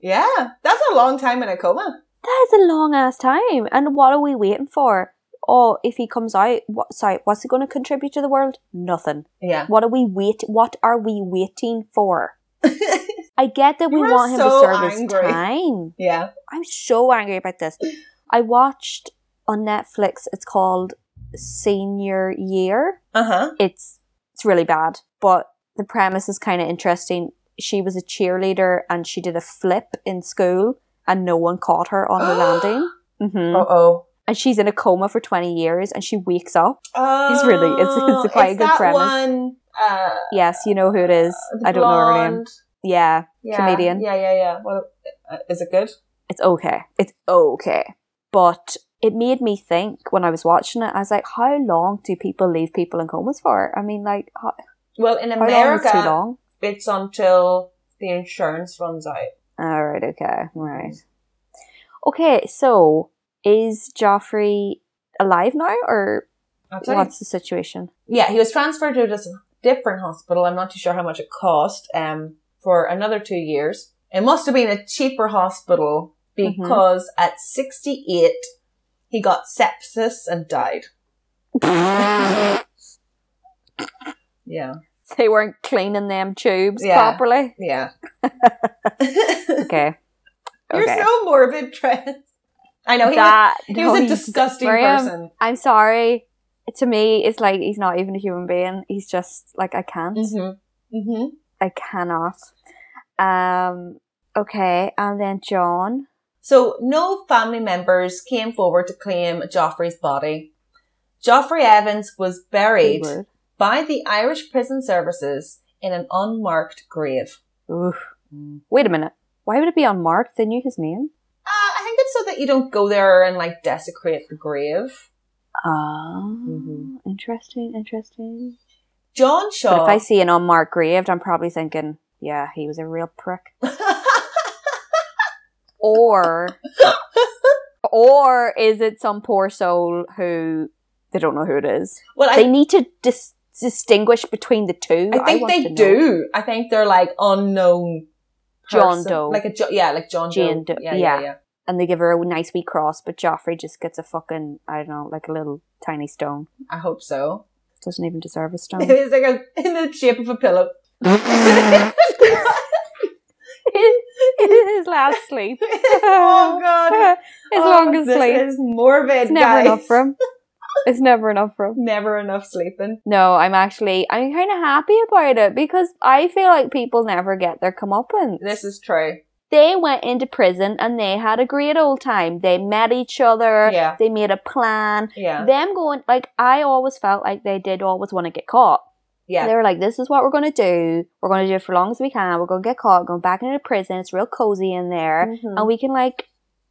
Speaker 1: yeah, that's a long time in a coma.
Speaker 2: That is a long ass time. And what are we waiting for? Oh, if he comes out, what? Sorry, what's he going to contribute to the world? Nothing.
Speaker 1: Yeah,
Speaker 2: What are we wait? What are we waiting for? I get that we
Speaker 1: You are
Speaker 2: want him
Speaker 1: so
Speaker 2: to serve his
Speaker 1: angry.
Speaker 2: time.
Speaker 1: yeah.
Speaker 2: I'm so angry about this. I watched on Netflix. It's called Senior Year.
Speaker 1: Uh huh.
Speaker 2: It's it's really bad, but the premise is kind of interesting. She was a cheerleader and she did a flip in school, and no one caught her on her landing. hmm
Speaker 1: Uh oh.
Speaker 2: and she's in a coma for 20 years and she wakes up.
Speaker 1: Oh,
Speaker 2: It's really- it's- it's quite a good
Speaker 1: that
Speaker 2: premise.
Speaker 1: One, uh,
Speaker 2: Yes, you know who it is.
Speaker 1: the
Speaker 2: I don't know her name.
Speaker 1: blonde-
Speaker 2: Yeah,
Speaker 1: Yeah,
Speaker 2: Comedian.
Speaker 1: Yeah, yeah, yeah. Well, uh, is it good?
Speaker 2: it's okay. It's okay. But it made me think when I was watching it, I was like, how long do people leave people in comas for? I mean, like, how,
Speaker 1: Well, in
Speaker 2: how long is too
Speaker 1: America,
Speaker 2: long?
Speaker 1: it's until the insurance runs out.
Speaker 2: All right, okay, all right. Okay, so is Joffrey alive now or
Speaker 1: I'll tell you
Speaker 2: what's the situation?
Speaker 1: yeah, he was transferred to this different hospital. I'm not too sure how much it cost. Um, for another two years, it must have been a cheaper hospital
Speaker 2: Mhm.
Speaker 1: because at 68 he got sepsis and died. Yeah,
Speaker 2: they weren't cleaning them tubes
Speaker 1: Yeah.
Speaker 2: properly.
Speaker 1: yeah.
Speaker 2: Okay.
Speaker 1: You're
Speaker 2: okay.
Speaker 1: so morbid, Trent. I know he was,
Speaker 2: that
Speaker 1: he was
Speaker 2: no,
Speaker 1: a disgusting
Speaker 2: Miriam,
Speaker 1: person.
Speaker 2: I'm sorry. To me, it's like he's not even a human being. He's just like I can't.
Speaker 1: Mm-hmm. Mm-hmm.
Speaker 2: I cannot. Um. Okay, and then John.
Speaker 1: So no family members came forward to claim Joffrey's body. Joffrey Evans was buried.
Speaker 2: Edward.
Speaker 1: by the Irish Prison Services in an unmarked grave.
Speaker 2: Oof. Wait a minute. Why would it be unmarked? They knew his name.
Speaker 1: Uh, I think it's so that you don't go there and like desecrate the grave.
Speaker 2: Ah,
Speaker 1: Mhm.
Speaker 2: interesting, interesting.
Speaker 1: John
Speaker 2: But
Speaker 1: Shaw.
Speaker 2: if I see an unmarked grave, I'm probably thinking, yeah, he was a real prick. Or, or is it some poor soul who they don't know who it is?
Speaker 1: well, I
Speaker 2: they need to dis- distingush between the two.
Speaker 1: I think
Speaker 2: want
Speaker 1: they
Speaker 2: to know.
Speaker 1: do. I think they're like unknown.
Speaker 2: John
Speaker 1: person-
Speaker 2: Doe.
Speaker 1: like a Jo- yeah, like John
Speaker 2: Jane
Speaker 1: Doe.
Speaker 2: Doe,
Speaker 1: Yeah, yeah,
Speaker 2: yeah.
Speaker 1: yeah.
Speaker 2: and they give her a nice wee cross, but Joffrey just gets a fucking I don't know, like a little tiny stone.
Speaker 1: I hope so.
Speaker 2: Doesn't even deserve a stone.
Speaker 1: it's like a, in the shape of a pillow.
Speaker 2: His last sleep.
Speaker 1: oh god,
Speaker 2: His
Speaker 1: Oh,
Speaker 2: longest
Speaker 1: this
Speaker 2: sleep.
Speaker 1: is morbid.
Speaker 2: It's never
Speaker 1: guys.
Speaker 2: enough for him. It's never enough for him.
Speaker 1: Never enough sleeping.
Speaker 2: No, I'm actually I'm kind of happy about it because I feel like people never get their comeuppance.
Speaker 1: This is true.
Speaker 2: they went into prison and they had a great old time. They met each other.
Speaker 1: Yeah.
Speaker 2: They made a plan.
Speaker 1: Yeah,
Speaker 2: Them going like I always felt like they did always want to get caught.
Speaker 1: yeah.
Speaker 2: They were like, "This is what we're gonna do. We're gonna do it for as long as we can. We're gonna get caught. Going back into prison. It's real cozy in there,
Speaker 1: Mhm.
Speaker 2: and we can like,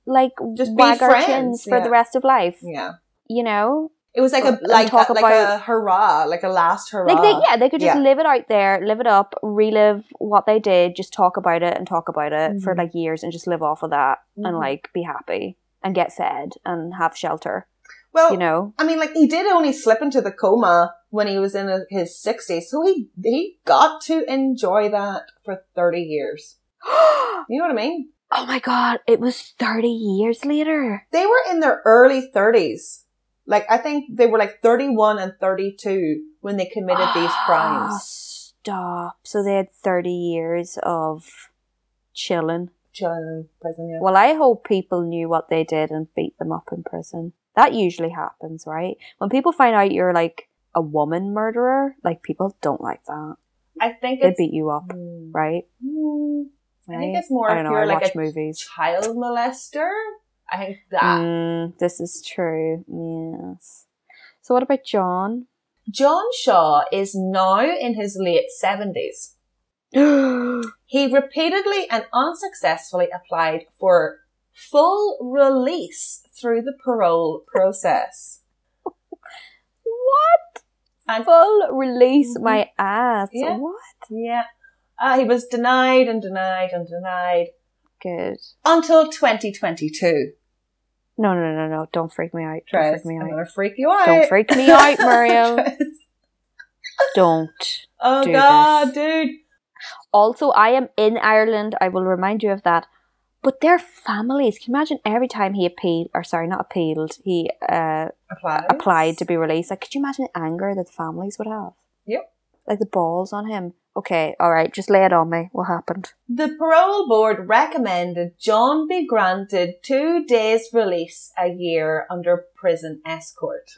Speaker 2: like
Speaker 1: Just be
Speaker 2: wag our
Speaker 1: friends,
Speaker 2: chins for
Speaker 1: yeah.
Speaker 2: the rest of life.
Speaker 1: Yeah,
Speaker 2: You know,
Speaker 1: it was like a
Speaker 2: And
Speaker 1: like
Speaker 2: talk
Speaker 1: a, like
Speaker 2: about-
Speaker 1: a hurrah, like a last hurrah.
Speaker 2: like they yeah, they could just
Speaker 1: Yeah.
Speaker 2: live it out there, live it up, relive what they did, just talk about it and talk about it for
Speaker 1: Mhm.
Speaker 2: like years, and just live off of that, and
Speaker 1: Mhm.
Speaker 2: like be happy and get fed and have shelter.
Speaker 1: well,
Speaker 2: You know,
Speaker 1: I mean, like he did only slip into the coma when he was in his sixties, so he he got to enjoy that for thirty years.
Speaker 2: oh
Speaker 1: You know what I mean?
Speaker 2: my god, it was thirty years later.
Speaker 1: They were in their early thirties. Like I think they were like thirty-one and thirty-two when they committed these
Speaker 2: Ah,
Speaker 1: crimes.
Speaker 2: Stop. So they had 30 years of chilling.
Speaker 1: Chilling in prison, yeah.
Speaker 2: Well, I hope people knew what they did and beat them up in prison. That usually happens, right? When people find out you're like a woman murderer, like people don't like that.
Speaker 1: I think
Speaker 2: They
Speaker 1: it's
Speaker 2: beat you up,
Speaker 1: Hmm.
Speaker 2: right?
Speaker 1: Hmm. I think
Speaker 2: Right?
Speaker 1: it's more
Speaker 2: I
Speaker 1: if
Speaker 2: don't know.
Speaker 1: you're
Speaker 2: I
Speaker 1: like
Speaker 2: watch
Speaker 1: a
Speaker 2: movies.
Speaker 1: child molester. I think that
Speaker 2: Mm, this is true. Yes. So what about John?
Speaker 1: John Shaw is now in his late seventies. He repeatedly and unsuccessfully applied for full release through the parole process.
Speaker 2: what?
Speaker 1: And
Speaker 2: Full release
Speaker 1: Mhm.
Speaker 2: my ass.
Speaker 1: Yeah.
Speaker 2: What?
Speaker 1: yeah, uh, he was denied and denied and denied
Speaker 2: Good.
Speaker 1: until 2022.
Speaker 2: No, no, no, no! Don't freak me out! Don't
Speaker 1: Tress,
Speaker 2: freak me
Speaker 1: I'm
Speaker 2: out!
Speaker 1: gonna freak you out.
Speaker 2: Don't freak me out, Miriam!
Speaker 1: Tress.
Speaker 2: Don't.
Speaker 1: Oh
Speaker 2: Do
Speaker 1: god,
Speaker 2: this.
Speaker 1: dude.
Speaker 2: Also, I am in Ireland. I will remind you of that. But their families. Can you imagine every time he appealed, or sorry, not appealed, he uh,
Speaker 1: Applies.
Speaker 2: applied to be released. Like, could you imagine the anger that the families would have?
Speaker 1: Yep.
Speaker 2: Like the balls on him. Okay, all right, just lay it on me. What happened?
Speaker 1: The parole board recommended John be granted two days release a year under prison escort.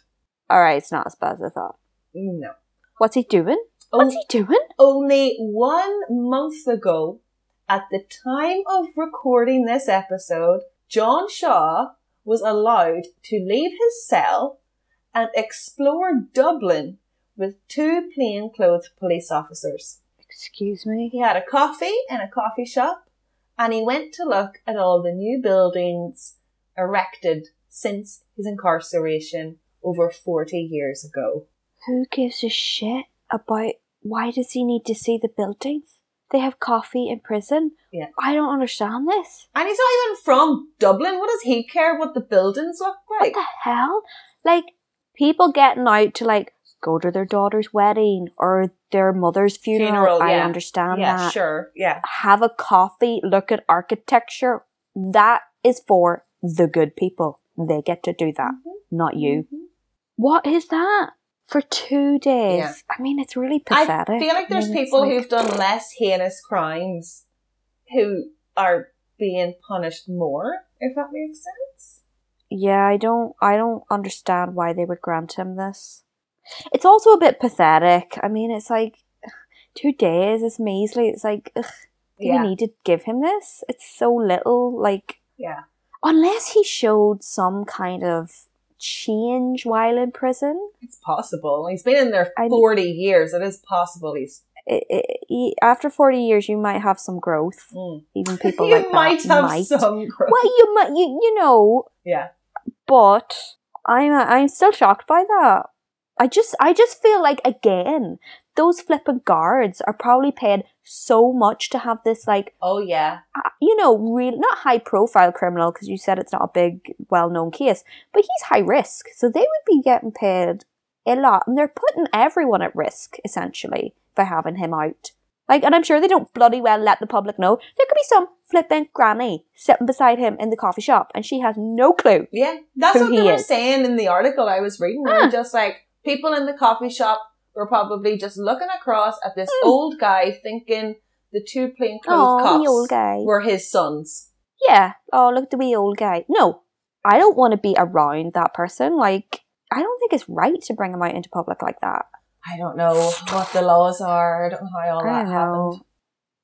Speaker 2: All right, it's not as bad as I thought.
Speaker 1: No.
Speaker 2: What's he doing?
Speaker 1: On-
Speaker 2: What's he doing?
Speaker 1: only one month ago, at the time of recording this episode, John Shaw was allowed to leave his cell and explore Dublin with two plainclothes police officers.
Speaker 2: Excuse me.
Speaker 1: He had a coffee in a coffee shop and he went to look at all the new buildings erected since his incarceration over 40 years ago.
Speaker 2: Who gives a shit about why does he need to see the buildings? They have coffee in prison.
Speaker 1: Yeah.
Speaker 2: I don't understand this.
Speaker 1: And he's not even from Dublin. What does he care what the buildings look
Speaker 2: What
Speaker 1: like?
Speaker 2: the hell? Like people getting out to like go to their daughter's wedding or their mother's funeral.
Speaker 1: Funeral,
Speaker 2: I
Speaker 1: yeah.
Speaker 2: understand
Speaker 1: yeah,
Speaker 2: that.
Speaker 1: sure. Yeah.
Speaker 2: Have a coffee, look at architecture. That is for the good people. They get to do that, not you.
Speaker 1: Mhm.
Speaker 2: What is that? For two days.
Speaker 1: Yeah.
Speaker 2: I mean, it's really pathetic.
Speaker 1: I feel like there's
Speaker 2: I mean, it's
Speaker 1: people
Speaker 2: like-
Speaker 1: who've done less heinous crimes who are being punished more, if that makes sense.
Speaker 2: Yeah, I don't I don't understand why they would grant him this. It's also a bit pathetic. I mean, it's like two days is measly. It's like ugh, do
Speaker 1: Yeah.
Speaker 2: we need to give him this? It's so little like
Speaker 1: Yeah.
Speaker 2: unless he showed some kind of change while in prison.
Speaker 1: It's possible. He's been in there
Speaker 2: I-
Speaker 1: 40 years. It is possible he's
Speaker 2: it, it, e- after 40 years, you might have some growth.
Speaker 1: Mm.
Speaker 2: Even people
Speaker 1: You
Speaker 2: like that
Speaker 1: might have
Speaker 2: might.
Speaker 1: some growth.
Speaker 2: Well, you might, you, you know,
Speaker 1: Yeah.
Speaker 2: but I'm uh, I'm still shocked by that. I just I just feel like again those flipping guards are probably paid so much to have this like
Speaker 1: Oh yeah.
Speaker 2: uh, you know real not high profile criminal because you said it's not a big well known case, but he's high risk, so they would be getting paid a lot, and they're putting everyone at risk essentially by having him out. Like, and I'm sure they don't bloody well let the public know. There could be some flippant granny sitting beside him in the coffee shop, and she has no clue.
Speaker 1: Yeah. That's
Speaker 2: Who
Speaker 1: what they
Speaker 2: he
Speaker 1: were
Speaker 2: is.
Speaker 1: saying in the article I was reading. They were just like people in the coffee shop were probably just looking across at this
Speaker 2: Hmm.
Speaker 1: old guy thinking the two plainclothes
Speaker 2: Oh,
Speaker 1: cops
Speaker 2: the old guy.
Speaker 1: were his sons.
Speaker 2: yeah, oh, look at the wee old guy. No, I don't want to be around that person. Like, I don't think it's right to bring him out into public like that.
Speaker 1: I don't know what the laws are. I don't know how all
Speaker 2: I
Speaker 1: that
Speaker 2: don't
Speaker 1: happened.
Speaker 2: know.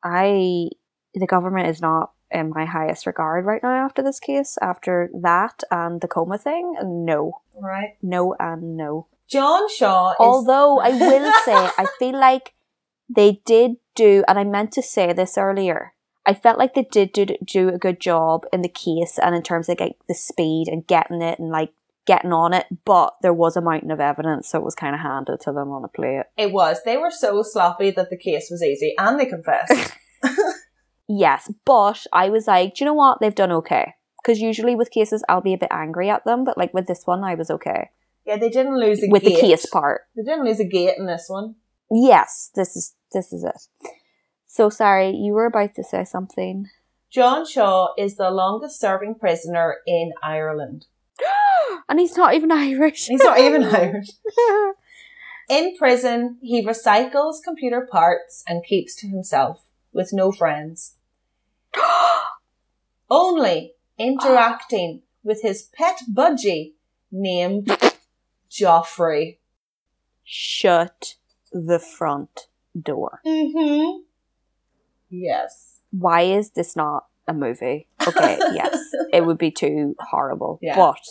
Speaker 2: I, the government is not in my highest regard right now after this case, after that and the coma thing. No,
Speaker 1: Right.
Speaker 2: no, and no.
Speaker 1: John Shaw is
Speaker 2: Although I will say, I feel like they did do, and I meant to say this earlier. I felt like they did do, do a good job in the case and in terms of like the speed and getting it and like getting on it, but there was a mountain of evidence, so it was kind of handed to them on a plate.
Speaker 1: It was. They were so sloppy that the case was easy and they confessed.
Speaker 2: Yes, but I was like, do you know what? They've done okay. Because usually with cases, I'll be a bit angry at them, but like with this one, I was okay
Speaker 1: yeah, they didn't lose a
Speaker 2: with
Speaker 1: gate.
Speaker 2: the case part.
Speaker 1: They didn't lose a gate in this one.
Speaker 2: Yes, this is this is it. So sorry, you were about to say something.
Speaker 1: John Shaw is the longest serving prisoner in Ireland.
Speaker 2: and he's not even Irish.
Speaker 1: He's not even Irish. In prison, he recycles computer parts and keeps to himself with no friends, only interacting with his pet budgie named Joffrey.
Speaker 2: Shut the front door.
Speaker 1: Mm-hmm. Yes.
Speaker 2: Why is this not a movie? Okay, yes, it would be too horrible.
Speaker 1: Yeah.
Speaker 2: But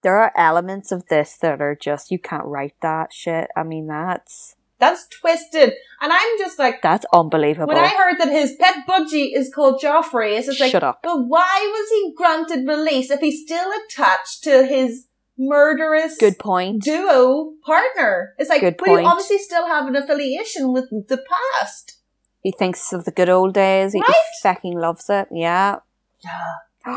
Speaker 2: there are elements of this that are just you can't write that shit. I mean, that's
Speaker 1: That's twisted. And I'm just like,
Speaker 2: that's unbelievable.
Speaker 1: when I heard that his pet budgie is called Joffrey, it's just like,
Speaker 2: Shut up.
Speaker 1: but why was he granted release if he's still attached to his murderous
Speaker 2: Good point.
Speaker 1: duo partner? It's like,
Speaker 2: Good
Speaker 1: but you
Speaker 2: point.
Speaker 1: obviously still have an affiliation with the past.
Speaker 2: he thinks of the good old days. He
Speaker 1: Right?
Speaker 2: fucking loves it. Yeah.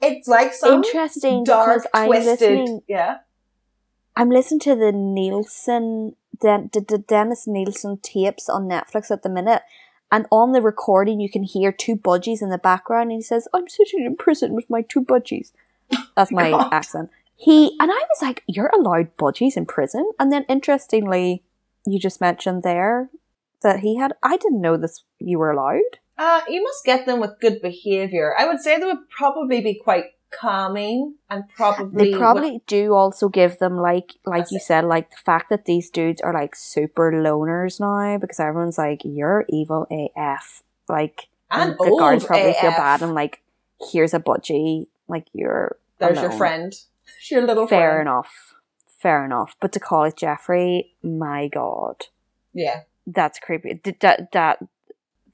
Speaker 1: It's like some
Speaker 2: Interesting
Speaker 1: dark,
Speaker 2: because I'm
Speaker 1: twisted.
Speaker 2: listening
Speaker 1: Yeah.
Speaker 2: I'm listening to the Nielsen, Den- the, the Dennis Nielsen tapes on Netflix at the minute. And on the recording, you can hear two budgies in the background. And he says, I'm sitting in prison with my two budgies. That's my
Speaker 1: God.
Speaker 2: accent. He, and I was like, you're allowed budgies in prison? And then interestingly, you just mentioned there that he had, I didn't know this, you were allowed.
Speaker 1: Uh, you must get them with good behavior. I would say they would probably be quite calming and probably
Speaker 2: They probably do also give them like, like
Speaker 1: That's
Speaker 2: you
Speaker 1: it.
Speaker 2: said, like the fact that these dudes are like super loners now because everyone's like, "You're evil AF." Like,
Speaker 1: and
Speaker 2: the
Speaker 1: old
Speaker 2: guards probably feel
Speaker 1: AF.
Speaker 2: bad and like, "Here's a budgie." Like, you're
Speaker 1: There's your
Speaker 2: alone."
Speaker 1: friend. There's your little
Speaker 2: Fair
Speaker 1: friend.
Speaker 2: enough. Fair enough. But to call it Jeffrey, my god,
Speaker 1: Yeah.
Speaker 2: that's creepy. Th- That that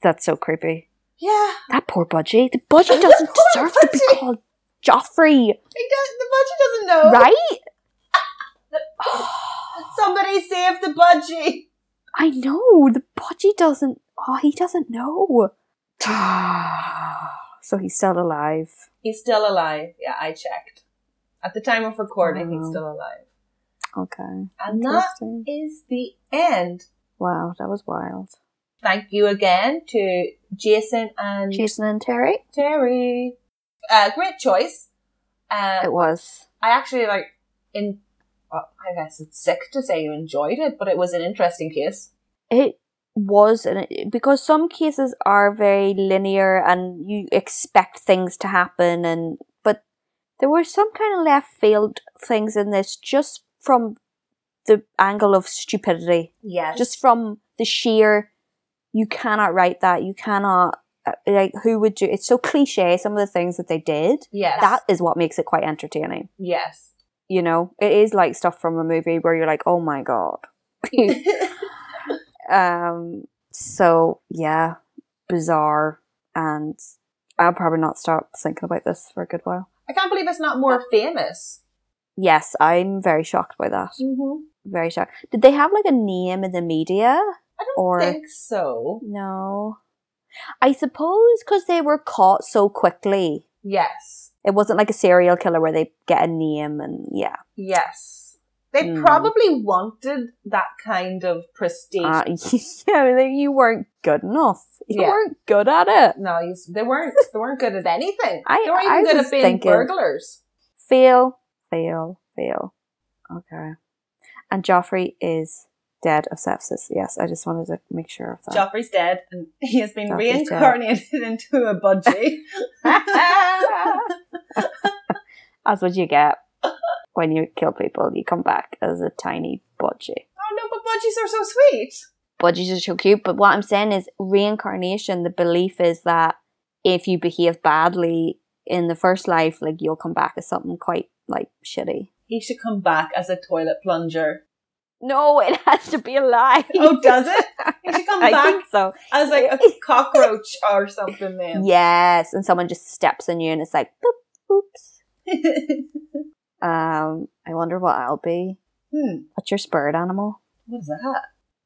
Speaker 2: that's so creepy.
Speaker 1: Yeah.
Speaker 2: That poor budgie. The budgie
Speaker 1: The
Speaker 2: doesn't
Speaker 1: poor
Speaker 2: deserve to be
Speaker 1: budgie.
Speaker 2: called Joffrey,
Speaker 1: He does, the budgie doesn't know.
Speaker 2: right?
Speaker 1: Somebody save the budgie.
Speaker 2: I know the budgie doesn't. Oh, he doesn't know. so he's still alive.
Speaker 1: He's still alive. Yeah, I checked. At the time of recording, he's
Speaker 2: Wow.
Speaker 1: still alive.
Speaker 2: Okay.
Speaker 1: And that
Speaker 2: Interesting.
Speaker 1: is the end.
Speaker 2: Wow, that was wild.
Speaker 1: Thank you again to Jason and
Speaker 2: Jason and Terry.
Speaker 1: Terry. Uh, great choice. Uh,
Speaker 2: It was.
Speaker 1: I actually like in. Well, I guess it's sick to say you enjoyed it, but it was an interesting case.
Speaker 2: It was, and it, because some cases are very linear, and you expect things to happen, and but there were some kind of left field things in this, just from the angle of stupidity.
Speaker 1: Yes.
Speaker 2: just from the sheer you cannot write that you cannot uh, like who would do it's so cliche some of the things that they did
Speaker 1: yes.
Speaker 2: that is what makes it quite entertaining
Speaker 1: yes.
Speaker 2: you know it is like stuff from a movie where you're like oh my god um, so yeah, bizarre, and I'll probably not stop thinking about this for a good while.
Speaker 1: I can't believe it's not more famous.
Speaker 2: Yes, I'm very shocked by that.
Speaker 1: Mm-hmm.
Speaker 2: Very shocked. Did they have like a name in the media?
Speaker 1: I don't
Speaker 2: Or-
Speaker 1: think so.
Speaker 2: No. I suppose because they were caught so quickly.
Speaker 1: Yes.
Speaker 2: It wasn't like a serial killer where they get a name and yeah.
Speaker 1: Yes. They
Speaker 2: Mm.
Speaker 1: probably wanted that kind of prestige.
Speaker 2: Uh, yeah, like, you weren't good enough. You
Speaker 1: Yeah.
Speaker 2: weren't good at it.
Speaker 1: no, you, s- they weren't. They weren't good at anything.
Speaker 2: I-
Speaker 1: they weren't even
Speaker 2: I
Speaker 1: good
Speaker 2: was
Speaker 1: at being
Speaker 2: thinking-
Speaker 1: burglars.
Speaker 2: Fail, fail, fail. Okay. And Joffrey is dead of sepsis. Yes, I just wanted to make sure of that.
Speaker 1: Joffrey's dead, and he has been
Speaker 2: Joffrey's dead.
Speaker 1: reincarnated into a budgie. Oh,
Speaker 2: That's what you get when you kill people. You come back as a tiny budgie.
Speaker 1: Oh no, but budgies are so sweet.
Speaker 2: Budgies are so cute, but what I'm saying is reincarnation. The belief is that if you behave badly in the first life, like you'll come back as something quite like shitty.
Speaker 1: He should come back as a toilet plunger.
Speaker 2: No, it has to be a lie.
Speaker 1: Oh, does it? He should come
Speaker 2: I
Speaker 1: back
Speaker 2: think so.
Speaker 1: as like a cockroach or something. Then,
Speaker 2: Yes, and someone just steps on you, and it's like, boop, oops. Um, I wonder what I'll be.
Speaker 1: hmm,
Speaker 2: What's your spirit animal?
Speaker 1: what is that?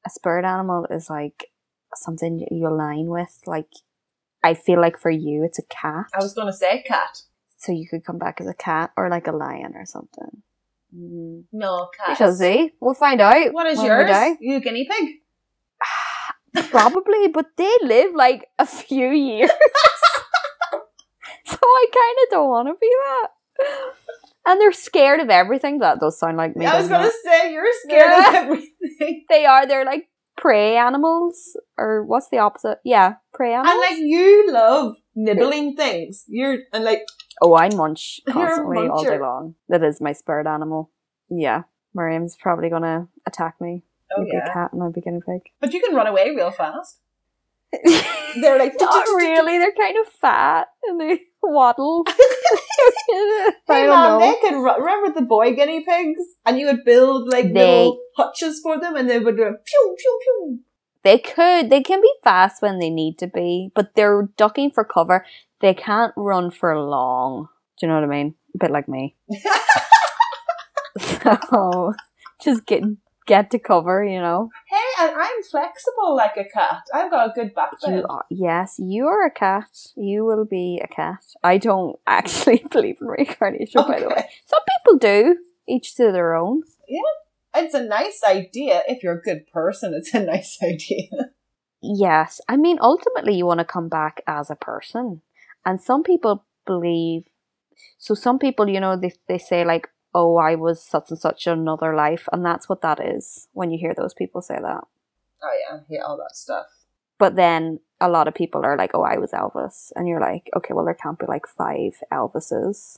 Speaker 2: a spirit animal is like something you align with. Like, I feel like for you, it's a cat.
Speaker 1: I was gonna say cat.
Speaker 2: so you could come back as a cat or like a lion or something. Mm.
Speaker 1: No,
Speaker 2: We
Speaker 1: cat.
Speaker 2: shall see. We'll find out.
Speaker 1: What is
Speaker 2: when we
Speaker 1: yours?
Speaker 2: die.
Speaker 1: You guinea pig.
Speaker 2: Probably, but they live like a few years. so I kind of don't want to be that. And they're scared of everything. That does sound like me.
Speaker 1: I was
Speaker 2: doesn't it?
Speaker 1: gonna say you're scared of
Speaker 2: Yeah.
Speaker 1: everything.
Speaker 2: They are. They're like prey animals, or what's the opposite? Yeah, prey animals.
Speaker 1: And like you love nibbling things. You're and like
Speaker 2: Oh, I munch
Speaker 1: You're a
Speaker 2: constantly all day
Speaker 1: muncher.
Speaker 2: long. That is my spirit animal. Yeah. Miriam's probably going to attack me.
Speaker 1: oh
Speaker 2: You'd be
Speaker 1: yeah.
Speaker 2: a cat and I'd be guinea pig.
Speaker 1: But you can run away real fast. They're like
Speaker 2: Not really. They're kind of fat and they waddle. I
Speaker 1: Hey man,
Speaker 2: don't know.
Speaker 1: they could ru- remember the boy guinea pigs, and you would build like
Speaker 2: They-
Speaker 1: little hutches for them, and they would go pew pew pew.
Speaker 2: They could. They can be fast when they need to be, but they're ducking for cover. They can't run for long. Do you know what I mean? A bit like me. so just get get to cover, you know.
Speaker 1: Hey, and I'm flexible like a cat. I've got a good backbone.
Speaker 2: You are, yes, you are a cat. You will be a cat. I don't actually believe in reincarnation, by the way.
Speaker 1: Okay.
Speaker 2: Some people do. Each to their own.
Speaker 1: It's a nice idea if you're a good person. It's a nice idea.
Speaker 2: Yes, I mean, ultimately, you want to come back as a person. And some people believe. So some people, you know, they they say like, "Oh, I was such and such in another life," and that's what that is. When you hear those people say that,
Speaker 1: Oh yeah, I hate all that stuff.
Speaker 2: but then a lot of people are like, "Oh, I was Elvis," and you're like, "Okay, well, there can't be like five Elvises,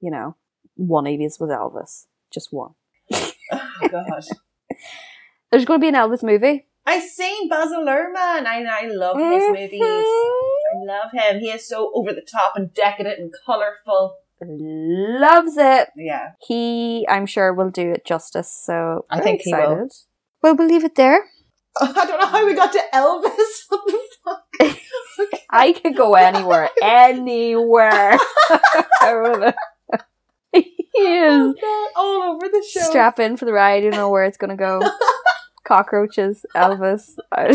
Speaker 2: you know? One of these was Elvis, just one."
Speaker 1: Oh god.
Speaker 2: There's going to be an Elvis movie.
Speaker 1: I seen Basil Luhrmann and I love his movies. I
Speaker 2: Mhm.
Speaker 1: love him. He is so over the top and decadent and colorful.
Speaker 2: Loves it.
Speaker 1: Yeah.
Speaker 2: He, I'm sure, will do it justice. So
Speaker 1: I
Speaker 2: very
Speaker 1: think he will.
Speaker 2: excited. Well, we'll leave it there.
Speaker 1: I don't know how we got to Elvis. What the fuck?
Speaker 2: I could go anywhere, anywhere. he is
Speaker 1: God, all over the show.
Speaker 2: strap in for the ride. You know where it's gonna go. Cockroaches, Elvis. I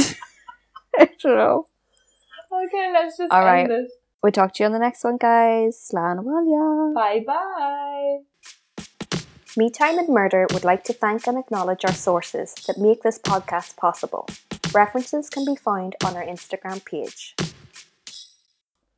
Speaker 2: I don't know.
Speaker 1: Okay, let's just
Speaker 2: All
Speaker 1: end
Speaker 2: right.
Speaker 1: this.
Speaker 2: We'll talk to you on the next one, guys. Slán Walia.
Speaker 1: Bye bye.
Speaker 2: Me Time and Murder would like to thank and acknowledge our sources that make this podcast possible. References can be found on our Instagram page.